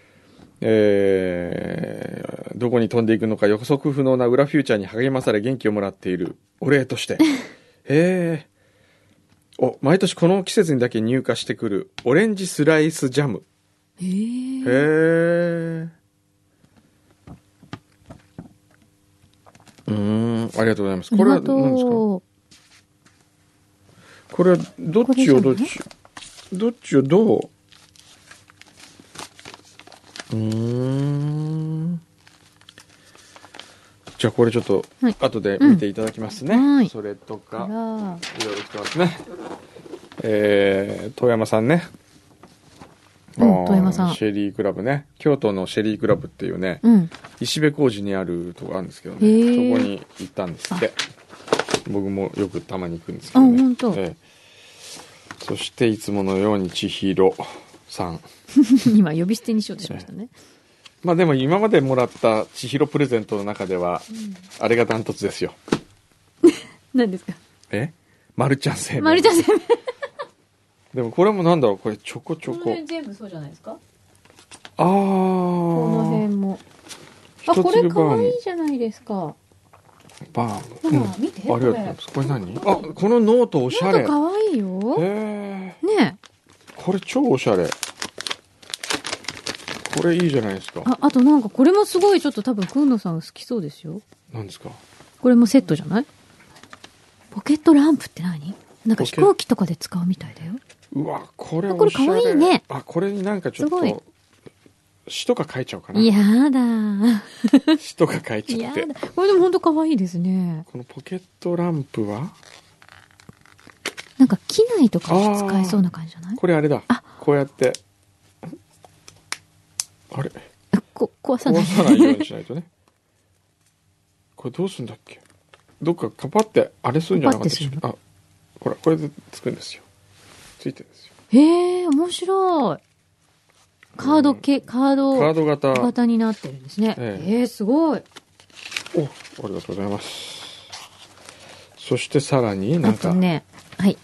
[SPEAKER 2] えーどこに飛んでいくのか予測不能な裏フューチャーに励まされ元気をもらっているお礼と して。えー、お、毎年この季節にだけ入荷してくるオレンジスライスジャム。
[SPEAKER 1] へー
[SPEAKER 2] へえ。うーん、ありがとうございます。これ
[SPEAKER 1] あ
[SPEAKER 2] は
[SPEAKER 1] りがとう
[SPEAKER 2] 何ですかこれはどっちをどっち、どっちをどううーん。じゃあこれちょっと
[SPEAKER 1] はい
[SPEAKER 2] 後で見ていただきますね。
[SPEAKER 1] うんはい
[SPEAKER 2] それとか、
[SPEAKER 1] あ
[SPEAKER 2] いろい
[SPEAKER 1] ら
[SPEAKER 2] ろ来てますね。えー、遠山さんね。
[SPEAKER 1] うん
[SPEAKER 2] あー
[SPEAKER 1] 遠山さん
[SPEAKER 2] シェリークラブね。京都のシェリークラブっていうね、
[SPEAKER 1] うん。
[SPEAKER 2] 石部工事にあるとこあるんですけどね、
[SPEAKER 1] へ
[SPEAKER 2] そ
[SPEAKER 1] ー
[SPEAKER 2] こに行ったんですって。僕もよくたまに行くんですけ
[SPEAKER 1] あ、
[SPEAKER 2] どね。
[SPEAKER 1] 本当。
[SPEAKER 2] ええそしていつものように千尋さん
[SPEAKER 1] 今呼び捨てにしようとしましたね。
[SPEAKER 2] まあでも今までもらった千尋プレゼントの中では、あれがダントツですよ
[SPEAKER 1] 何ですか
[SPEAKER 2] えマルちゃん生命
[SPEAKER 1] マルちゃん生命。
[SPEAKER 2] でもこれもなんだろうこれチョコチ
[SPEAKER 3] この
[SPEAKER 2] ョコ
[SPEAKER 3] 辺全部そうじゃないですか
[SPEAKER 2] あ
[SPEAKER 1] この
[SPEAKER 2] ー
[SPEAKER 1] 辺も。あ、
[SPEAKER 2] 一
[SPEAKER 1] これ
[SPEAKER 2] 粒バ
[SPEAKER 1] 可
[SPEAKER 2] ー
[SPEAKER 1] 愛
[SPEAKER 2] ム
[SPEAKER 1] いじゃないですか。
[SPEAKER 2] バー
[SPEAKER 3] ほ
[SPEAKER 2] ム、
[SPEAKER 3] ら
[SPEAKER 2] うん、
[SPEAKER 3] 見て
[SPEAKER 2] ありがとうございますこれ何あこのノートおし
[SPEAKER 1] な
[SPEAKER 2] ゃ
[SPEAKER 1] ん
[SPEAKER 2] れ
[SPEAKER 1] か
[SPEAKER 2] へ
[SPEAKER 1] 可愛いよ。
[SPEAKER 2] え
[SPEAKER 1] ねえ。
[SPEAKER 2] これ超おしゃれこれいいじゃないですか
[SPEAKER 1] あ、あとなんかこれもすごいちょっと多分くんのさん好きそうですよ。
[SPEAKER 2] 何ですか
[SPEAKER 1] これもセットじゃないポケットランプって何なんか飛行機とかで使うみたいだよ。
[SPEAKER 2] うわこれ
[SPEAKER 1] あこれ
[SPEAKER 2] おしゃれ
[SPEAKER 1] かわいいね
[SPEAKER 2] あこれになんかちょっ
[SPEAKER 1] すごい
[SPEAKER 2] と詩とか書いちゃおうかな
[SPEAKER 1] やだー。
[SPEAKER 2] 詩とか書いちゃ
[SPEAKER 1] や
[SPEAKER 2] って
[SPEAKER 1] だ。これでもほんと可愛いですね。
[SPEAKER 2] このポケットランプは
[SPEAKER 1] なんか機内とかで使えそうな感じじゃない
[SPEAKER 2] これあれだ
[SPEAKER 1] あ
[SPEAKER 2] こうやってあれ
[SPEAKER 1] こ壊さな
[SPEAKER 2] 壊
[SPEAKER 1] い。
[SPEAKER 2] さないようにしないとね これどうすんだっけどっかカパってあれするんじゃなかったっけ
[SPEAKER 1] カ
[SPEAKER 2] あほらこれでつくんですよついてるんですよ
[SPEAKER 1] へえ、面白い。カード系、カー
[SPEAKER 2] カ
[SPEAKER 1] ド
[SPEAKER 2] ード型
[SPEAKER 1] 型になってるんですね。
[SPEAKER 2] え
[SPEAKER 1] え
[SPEAKER 2] え
[SPEAKER 1] えすごい。
[SPEAKER 2] おありがとうございますそしてさらにな
[SPEAKER 1] あ
[SPEAKER 2] んか
[SPEAKER 1] とね、はい。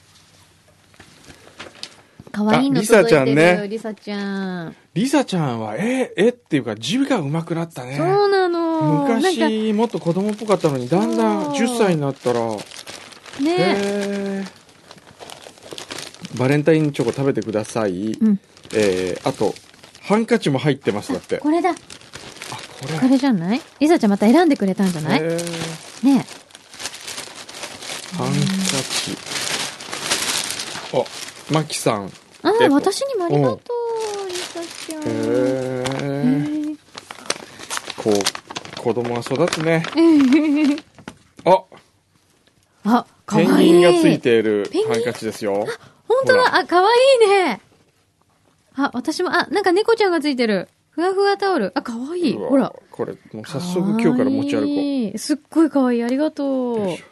[SPEAKER 1] 可愛い
[SPEAKER 2] あ
[SPEAKER 1] の
[SPEAKER 2] リサ
[SPEAKER 1] 届
[SPEAKER 2] ち
[SPEAKER 1] い
[SPEAKER 2] ゃんね
[SPEAKER 1] てるよ、リサちゃん,、
[SPEAKER 2] リサちゃんはええっていうか字が上手くなったね
[SPEAKER 1] そうなの。なんか、
[SPEAKER 2] 昔もっと子供っぽかったのにだんだん
[SPEAKER 1] そう
[SPEAKER 2] 10歳になったら
[SPEAKER 1] ね、
[SPEAKER 2] へーバレンタインチョコ食べてください、
[SPEAKER 1] うん。
[SPEAKER 2] えーあとハンカチも入ってますだってあこ
[SPEAKER 1] これだ。こ
[SPEAKER 2] れ
[SPEAKER 1] れじゃないリサちゃんまた選んでくれたんじゃない
[SPEAKER 2] へ
[SPEAKER 1] ね
[SPEAKER 2] ーハンカチあマキさんへ
[SPEAKER 1] あ
[SPEAKER 2] え
[SPEAKER 1] あ、私にもありがとう、リサちゃん。へ
[SPEAKER 2] え
[SPEAKER 1] え
[SPEAKER 2] こう子供は育つ ねあ
[SPEAKER 1] あ、可
[SPEAKER 2] ペン
[SPEAKER 1] 愛い
[SPEAKER 2] ギンがついている
[SPEAKER 1] ペンギン
[SPEAKER 2] ハンカチですよ
[SPEAKER 1] 本当
[SPEAKER 2] ほら
[SPEAKER 1] だあ、かわいいねあ、私も、あ、なんか猫ちゃんがついてる。ふわふわタオル。あ、かわいい。
[SPEAKER 2] うわ
[SPEAKER 1] ほら。
[SPEAKER 2] これもう早速今日から持ち歩こ
[SPEAKER 1] こう。すっごいかわいい。ありがと
[SPEAKER 2] う
[SPEAKER 1] う。は
[SPEAKER 2] よい
[SPEAKER 1] い
[SPEAKER 2] しょ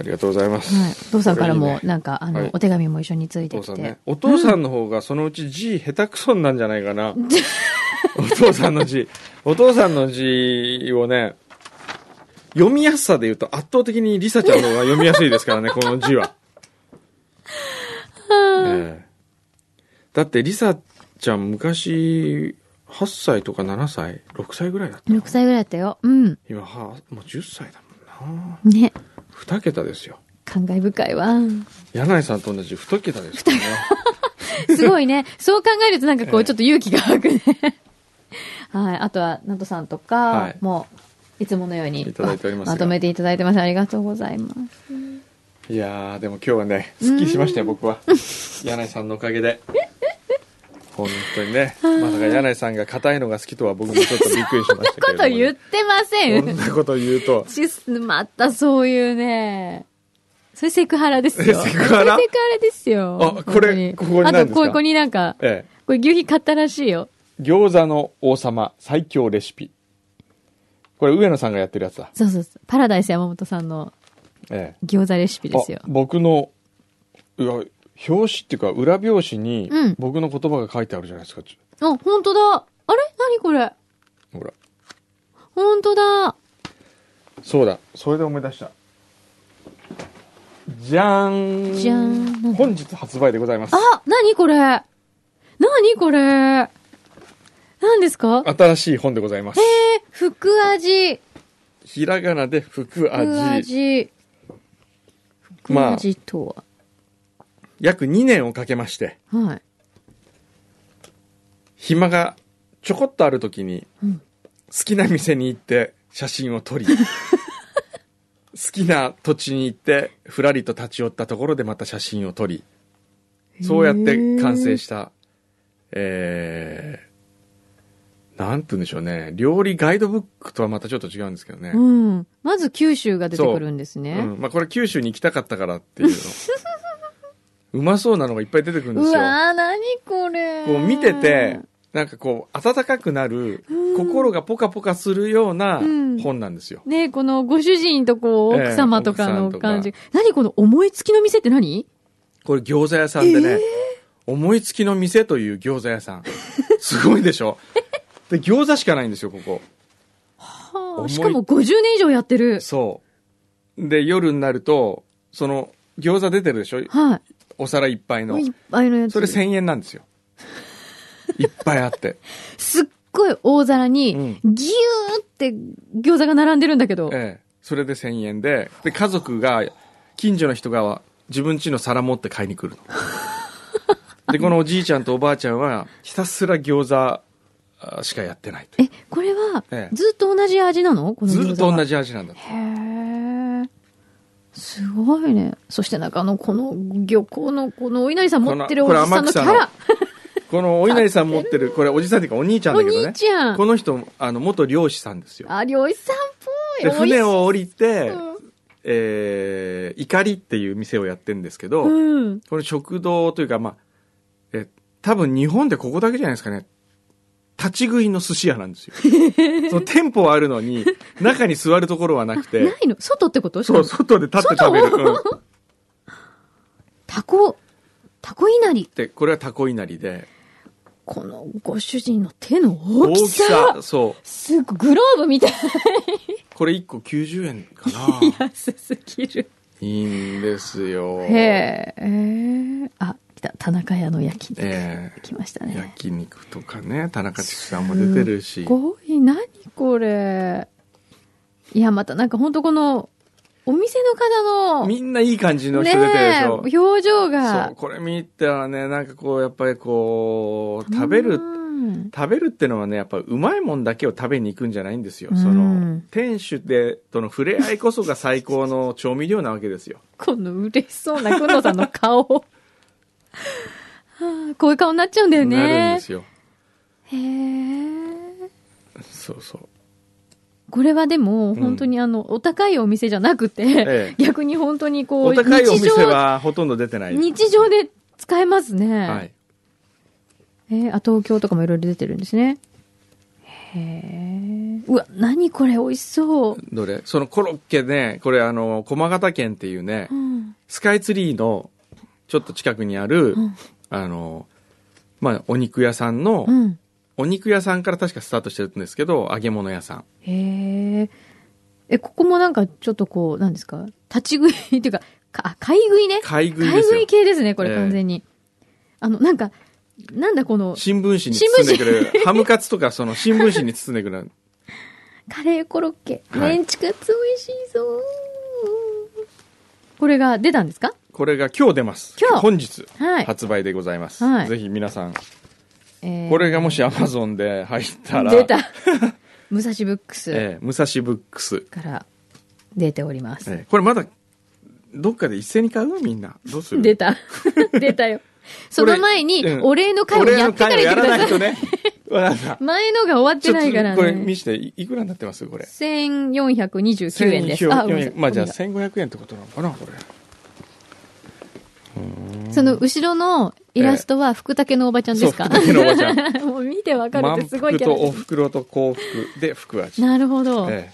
[SPEAKER 2] ありがとうございます、
[SPEAKER 1] お父さんから
[SPEAKER 2] これいい
[SPEAKER 1] も
[SPEAKER 2] ね、
[SPEAKER 1] なんか、あ
[SPEAKER 2] は
[SPEAKER 1] の
[SPEAKER 2] い、
[SPEAKER 1] お手紙も一緒について
[SPEAKER 2] お父
[SPEAKER 1] き
[SPEAKER 2] さん
[SPEAKER 1] て
[SPEAKER 2] ね。。お父さんの方がそのうち字下手くそになんじゃないかな。お父さんの字。お父さんの字をね、読みやすさで言うと圧倒的にリサちゃんの方が読みやすいですからね、この字は。ええだってリサちゃん昔、8歳とか7歳 ?6 歳ぐらいだった。
[SPEAKER 1] 6歳ぐらいだったよ。うん。
[SPEAKER 2] 今は、もう10歳だもんな。
[SPEAKER 1] ね。
[SPEAKER 2] 2桁ですよ。
[SPEAKER 1] 感慨深いわ。
[SPEAKER 2] 柳井さんと同じ2桁ですからね。
[SPEAKER 1] すご いね。そう考えるとなんかこ
[SPEAKER 2] ええ
[SPEAKER 1] う、ちょっと勇気が湧くね。はい。あとは、ナトさんと
[SPEAKER 2] は
[SPEAKER 1] か
[SPEAKER 2] い、
[SPEAKER 1] もう、いつものように、
[SPEAKER 2] いただいておりますが
[SPEAKER 1] まとめていただいてます。ありがとうございます。
[SPEAKER 2] いやーでも今日はねすっきりしましたよ僕は柳井さんのおかげで本当にねまさか柳井さんが硬いのが好きとは僕もちょっとびっくりしましたけ
[SPEAKER 1] こ
[SPEAKER 2] れども
[SPEAKER 1] と言っ
[SPEAKER 2] ね、
[SPEAKER 1] てませ
[SPEAKER 2] こん
[SPEAKER 1] ん。
[SPEAKER 2] なこと言うと
[SPEAKER 1] ちすまたそういうね。それセクハラですよ。
[SPEAKER 2] えセクハラ
[SPEAKER 1] それセクハラですよ。
[SPEAKER 2] あこれ
[SPEAKER 1] 本
[SPEAKER 2] こ
[SPEAKER 1] 当
[SPEAKER 2] こに何
[SPEAKER 1] あ
[SPEAKER 2] です
[SPEAKER 1] と、
[SPEAKER 2] か
[SPEAKER 1] ここになんか、
[SPEAKER 2] え
[SPEAKER 1] これ牛皮買ったらしいよ。
[SPEAKER 2] え餃子の王様最強レシピこれ上野さんがやってるやつだ
[SPEAKER 1] そうそうそう。パラダイス山本さんの
[SPEAKER 2] え
[SPEAKER 1] 餃子レシピ
[SPEAKER 2] え
[SPEAKER 1] ですよ
[SPEAKER 2] あ。僕のいや表紙っていうか裏表紙に
[SPEAKER 1] うん
[SPEAKER 2] 僕の言葉が書いてあるじゃないですか、ち
[SPEAKER 1] あ、本当だ。あれ何これ
[SPEAKER 2] ょほら
[SPEAKER 1] 本当だ。
[SPEAKER 2] そうだそれで思い出したじゃーん
[SPEAKER 1] じゃーんなんだ
[SPEAKER 2] 本日発売でございます
[SPEAKER 1] あ、何これ何これ何ですか
[SPEAKER 2] 新しい本でございます。
[SPEAKER 1] え、福味。
[SPEAKER 2] ひらがなで福味。
[SPEAKER 1] 福味。福
[SPEAKER 2] まあ
[SPEAKER 1] 味とは。
[SPEAKER 2] 約2年をかけまして、
[SPEAKER 1] はい。
[SPEAKER 2] 暇がちょこっとある時に、
[SPEAKER 1] うん
[SPEAKER 2] 好きな店に行って写真を 撮り、好きな土地に行ってふらりと立ち寄ったところでまた写真を撮り、そうやって完成した、えー、なんて言うんでしょうね。料理ガイドブックとはまたちょっと違うんですけどね。
[SPEAKER 1] うん。まず九州が出てくるんです
[SPEAKER 2] う
[SPEAKER 1] ね。
[SPEAKER 2] ん、まあこれ九州に行きたかったからって いうの。うまそうなのがいっぱい出てくるん
[SPEAKER 1] う
[SPEAKER 2] ですよ。
[SPEAKER 1] わー、なにこれ。
[SPEAKER 2] こう見てて、なんかこう、温かくなる、心がポカポカするような
[SPEAKER 1] うん
[SPEAKER 2] 本なんですよ。
[SPEAKER 1] ねこのご主人とこう、
[SPEAKER 2] ええ
[SPEAKER 1] 奥様とか
[SPEAKER 2] 奥
[SPEAKER 1] の
[SPEAKER 2] さんとか
[SPEAKER 1] 感じ。何この思いつきの店って何
[SPEAKER 2] これ餃子屋さんでね、思いつきの店という餃子屋さんすごいでしょで餃子しかないんですよここ
[SPEAKER 1] は
[SPEAKER 2] 重
[SPEAKER 1] あ、
[SPEAKER 2] い
[SPEAKER 1] しかも50年以上やってる。
[SPEAKER 2] そうで夜になるとその餃子出てるでしょ
[SPEAKER 1] は
[SPEAKER 2] お皿いっぱい
[SPEAKER 1] い。
[SPEAKER 2] の
[SPEAKER 1] もういっぱいのやつ。
[SPEAKER 2] それ1000円なんですよいっぱいあって
[SPEAKER 1] すっごい大皿に、ぎゅーって餃子が並んでるんだけど。
[SPEAKER 2] ええ、それで1000円でで家族が近所の人が自分家の皿持って買いに来る のでこのおじいちゃんとおばあちゃんはひたすら餃子あしかやってないと
[SPEAKER 1] え、これは
[SPEAKER 2] え、え
[SPEAKER 1] ずっと同じ味なのこの餃
[SPEAKER 2] ず
[SPEAKER 1] 子は。
[SPEAKER 2] っと同じ味なんだって
[SPEAKER 1] へえ。すごいね。そしてなんかあの、この漁港の、このお稲荷さん持ってるお
[SPEAKER 2] この
[SPEAKER 1] じさんのキ
[SPEAKER 2] これ
[SPEAKER 1] ャ
[SPEAKER 2] 天
[SPEAKER 1] ラ。
[SPEAKER 2] このお稲荷さん持ってるこれおじさんっていうかお兄ちゃん
[SPEAKER 1] お
[SPEAKER 2] だけどね
[SPEAKER 1] 兄ちゃ
[SPEAKER 2] こ
[SPEAKER 1] ん。
[SPEAKER 2] の人あの元漁師さんですよ
[SPEAKER 1] あ、漁師さんっぽ
[SPEAKER 2] で
[SPEAKER 1] い。
[SPEAKER 2] 船を降
[SPEAKER 1] り
[SPEAKER 2] りて、
[SPEAKER 1] うん
[SPEAKER 2] えー、怒りっていう店をやってるんですけど、
[SPEAKER 1] うん。
[SPEAKER 2] この食堂というか、まあ、え、多分日本でここだけじゃないですかね。立ち食いの寿司屋なん ですよ。その店舗はあるのに、中に座るところはなく
[SPEAKER 1] な
[SPEAKER 2] て、
[SPEAKER 1] いの外ってこと
[SPEAKER 2] そう、外で立って食べる。うん、
[SPEAKER 1] タコ、タコ稲荷。
[SPEAKER 2] で、これはタコいなりで、
[SPEAKER 1] このご主人の手の大きさ。
[SPEAKER 2] そう。
[SPEAKER 1] すごい、グローブみたい。
[SPEAKER 2] これ1個90円か な。
[SPEAKER 1] 安すぎる。
[SPEAKER 2] いいんですよ。
[SPEAKER 1] へえ。あ、来た。田中屋の焼肉。
[SPEAKER 2] ええ
[SPEAKER 1] 来ましたね。
[SPEAKER 2] 焼肉とかね、田中畜さんも出てる
[SPEAKER 1] す
[SPEAKER 2] し。
[SPEAKER 1] ごい、何これ。いや、またなんか本当この、お店の方の、
[SPEAKER 2] みんないい感じの人出てるで
[SPEAKER 1] ね
[SPEAKER 2] し
[SPEAKER 1] え、
[SPEAKER 2] ょ。
[SPEAKER 1] 表情が。
[SPEAKER 2] そう、これ見たらね、なんかこう、やっぱりこう、食べる、
[SPEAKER 1] うん
[SPEAKER 2] 食べるってのはね、やっぱうまいもんだけを食べに行くんじゃないんですよ。
[SPEAKER 1] うん
[SPEAKER 2] その、店主で、との触れ合いこそが最高の調味料なわけですよ。
[SPEAKER 1] この嬉しそうなくのさんの顔。はあこういう顔になっちゃうんだよね。
[SPEAKER 2] なるんですよ。
[SPEAKER 1] へえ。
[SPEAKER 2] そうそう。
[SPEAKER 1] これはでも、本当にあの、お高いお店じゃなくて、
[SPEAKER 2] え
[SPEAKER 1] 逆に本当にこう、
[SPEAKER 2] お高いお
[SPEAKER 1] 日
[SPEAKER 2] 店
[SPEAKER 1] 常、
[SPEAKER 2] はほとんど出てない。
[SPEAKER 1] 日常で使えますね。
[SPEAKER 2] はい。
[SPEAKER 1] えーあ、東京とかもいろいろ出てるんですね。へえ。うわ、何これ美味しそう。
[SPEAKER 2] どれそのコロッケね、これあの、駒形県っていうね
[SPEAKER 1] う、ん。
[SPEAKER 2] スカイツリーのちょっと近くにある、
[SPEAKER 1] うん
[SPEAKER 2] あの、まあ、お肉屋さんの、
[SPEAKER 1] うん。
[SPEAKER 2] お肉屋さんから確かスタートしてるんですけど、揚げ物屋さん。
[SPEAKER 1] へえ。え、ここもなんかちょっとこう、なんですか立ち食いっていうか、かあ買い食いね。
[SPEAKER 2] 買い食い
[SPEAKER 1] 買
[SPEAKER 2] で
[SPEAKER 1] い
[SPEAKER 2] す
[SPEAKER 1] 食い
[SPEAKER 2] よ。
[SPEAKER 1] 系ですね、これ
[SPEAKER 2] ええ
[SPEAKER 1] 完全に。あの、なんか、なんだこの、
[SPEAKER 2] 新聞紙に包んでくれ る。ハムカツとかその新聞紙に包んでくれる。
[SPEAKER 1] カレーコロッケ。
[SPEAKER 2] はい
[SPEAKER 1] メンチカツ美味しそう。これが出たんですか
[SPEAKER 2] これが今日出ます。
[SPEAKER 1] 今日
[SPEAKER 2] 本日
[SPEAKER 1] はい。
[SPEAKER 2] 発売でございます。
[SPEAKER 1] はい
[SPEAKER 2] ぜひ皆さん、
[SPEAKER 1] えー
[SPEAKER 2] これがもし Amazon で入ったら、
[SPEAKER 1] 出た。武蔵ブックス
[SPEAKER 2] ええ武蔵ブックス。
[SPEAKER 1] から出ております。
[SPEAKER 2] ええこれまだ、どっかで一斉に買うみんな。どうする
[SPEAKER 1] 出た。出たよ。その前に
[SPEAKER 2] う、ん
[SPEAKER 1] お礼の会をやってから
[SPEAKER 2] 俺
[SPEAKER 1] 言っ
[SPEAKER 2] ら
[SPEAKER 1] て
[SPEAKER 2] の会を
[SPEAKER 1] くだ
[SPEAKER 2] やらな
[SPEAKER 1] さ
[SPEAKER 2] いと
[SPEAKER 1] い。
[SPEAKER 2] ね。わかった。
[SPEAKER 1] 前のが終わってないから
[SPEAKER 2] ちょっとこれ見
[SPEAKER 1] ね。
[SPEAKER 2] して、いいくらになってますこれ。
[SPEAKER 1] 1429円です。あ、ごめんなさい
[SPEAKER 2] まあじゃあ1500円ってことなのかなこれ。
[SPEAKER 1] その後ろのイラストは福竹のおばちゃんで すか
[SPEAKER 2] そう福竹のおばち ゃ
[SPEAKER 1] もう見てわかるっ
[SPEAKER 2] 満
[SPEAKER 1] てすごい
[SPEAKER 2] 腹
[SPEAKER 1] キャラ
[SPEAKER 2] と
[SPEAKER 1] で
[SPEAKER 2] お
[SPEAKER 1] す
[SPEAKER 2] 袋と幸福で福味。
[SPEAKER 1] なるほど。
[SPEAKER 2] え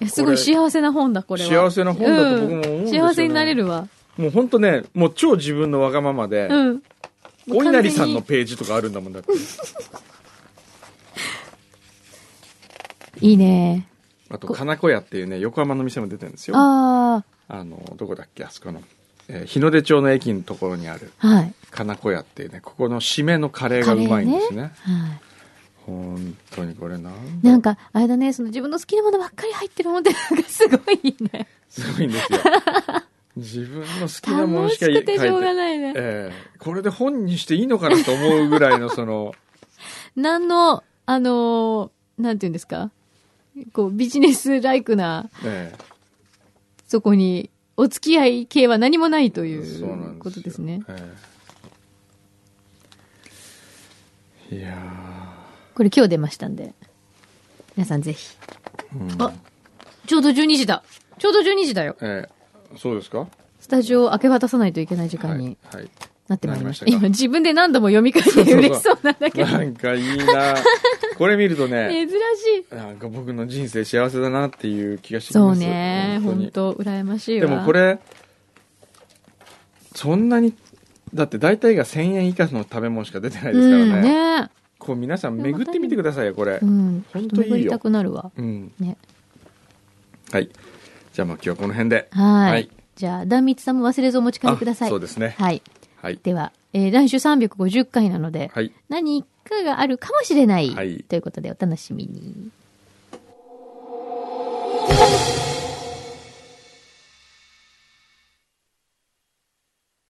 [SPEAKER 2] え
[SPEAKER 1] いやすごい幸せな本だ、これは。
[SPEAKER 2] 幸せな本だと僕も思うんですよね
[SPEAKER 1] 幸せになれるわ。
[SPEAKER 2] もう本当ね、もう超自分のわがままで、
[SPEAKER 1] うん。
[SPEAKER 2] お稲荷さんの
[SPEAKER 1] 完
[SPEAKER 2] ページとかあるんだもんだ って。
[SPEAKER 1] 全にいいね。
[SPEAKER 2] あと、金子屋っていうね、横浜の店も出てるんですよ。あ
[SPEAKER 1] あ
[SPEAKER 2] の、どこだっけ、あそこの。えー日の出町の駅のところにある
[SPEAKER 1] あ、はい。
[SPEAKER 2] 金子屋っていうね、ここの締めのカレーがうまいんです ね。
[SPEAKER 1] はい。
[SPEAKER 2] 本当にこれなんだ
[SPEAKER 1] なんか、あれだね、その自分の好きなものばっかり入ってるもんって、 なんかすごいね。
[SPEAKER 2] すごいん ですよ。自分の好きなもの
[SPEAKER 1] 楽
[SPEAKER 2] し
[SPEAKER 1] し
[SPEAKER 2] か書い
[SPEAKER 1] くて
[SPEAKER 2] て
[SPEAKER 1] しょうがないね。
[SPEAKER 2] ええこれで本にしていいのかなと思うぐらいのそ の、
[SPEAKER 1] 何の、あのーなんて言うんですかこう、ビジネスライクな、
[SPEAKER 2] ええ
[SPEAKER 1] そこに、お付き合い系は何もないとい
[SPEAKER 2] そうなんです
[SPEAKER 1] う
[SPEAKER 2] よ
[SPEAKER 1] ことですね。
[SPEAKER 2] ええいや
[SPEAKER 1] これ今日出ましたんで。皆さんぜひ。
[SPEAKER 2] ーうん
[SPEAKER 1] あちょうど12時だ。ちょうど12時だよ。
[SPEAKER 2] ええそうですか
[SPEAKER 1] スタジオを明け渡さないといけない時間
[SPEAKER 2] はい
[SPEAKER 1] に、
[SPEAKER 2] はい、
[SPEAKER 1] なってまいりました。
[SPEAKER 2] なりましたか
[SPEAKER 1] 今自分で何度も読み返して嬉しそうなんだけど。
[SPEAKER 2] なんかいい なこれ見るとね
[SPEAKER 1] 珍しい。
[SPEAKER 2] なんか僕の人生幸せだなっていう気がしてき
[SPEAKER 1] そ
[SPEAKER 2] ま
[SPEAKER 1] う
[SPEAKER 2] す
[SPEAKER 1] ね。
[SPEAKER 2] 本当に
[SPEAKER 1] 本当羨ましい
[SPEAKER 2] で
[SPEAKER 1] わ。
[SPEAKER 2] もこれそんなにだって大体が1000円以下の食べ物しか出てないですからね,、
[SPEAKER 1] うん、ね
[SPEAKER 2] こう皆さん巡ってみてくださいよこれ、
[SPEAKER 1] うん。
[SPEAKER 2] ほんといいよ
[SPEAKER 1] ちょっと巡りたくなるわ。
[SPEAKER 2] うん
[SPEAKER 1] ね。
[SPEAKER 2] はいじゃあまあ今日はこの辺で
[SPEAKER 1] はい。
[SPEAKER 2] はい
[SPEAKER 1] じゃあ、壇蜜さんも忘れずお持ち帰りください。
[SPEAKER 2] あそうですね
[SPEAKER 1] はい。
[SPEAKER 2] はい
[SPEAKER 1] では、えー来週350回なので、
[SPEAKER 2] はい
[SPEAKER 1] 何かがあるかもしれない、
[SPEAKER 2] はい
[SPEAKER 1] ということでお楽しみに。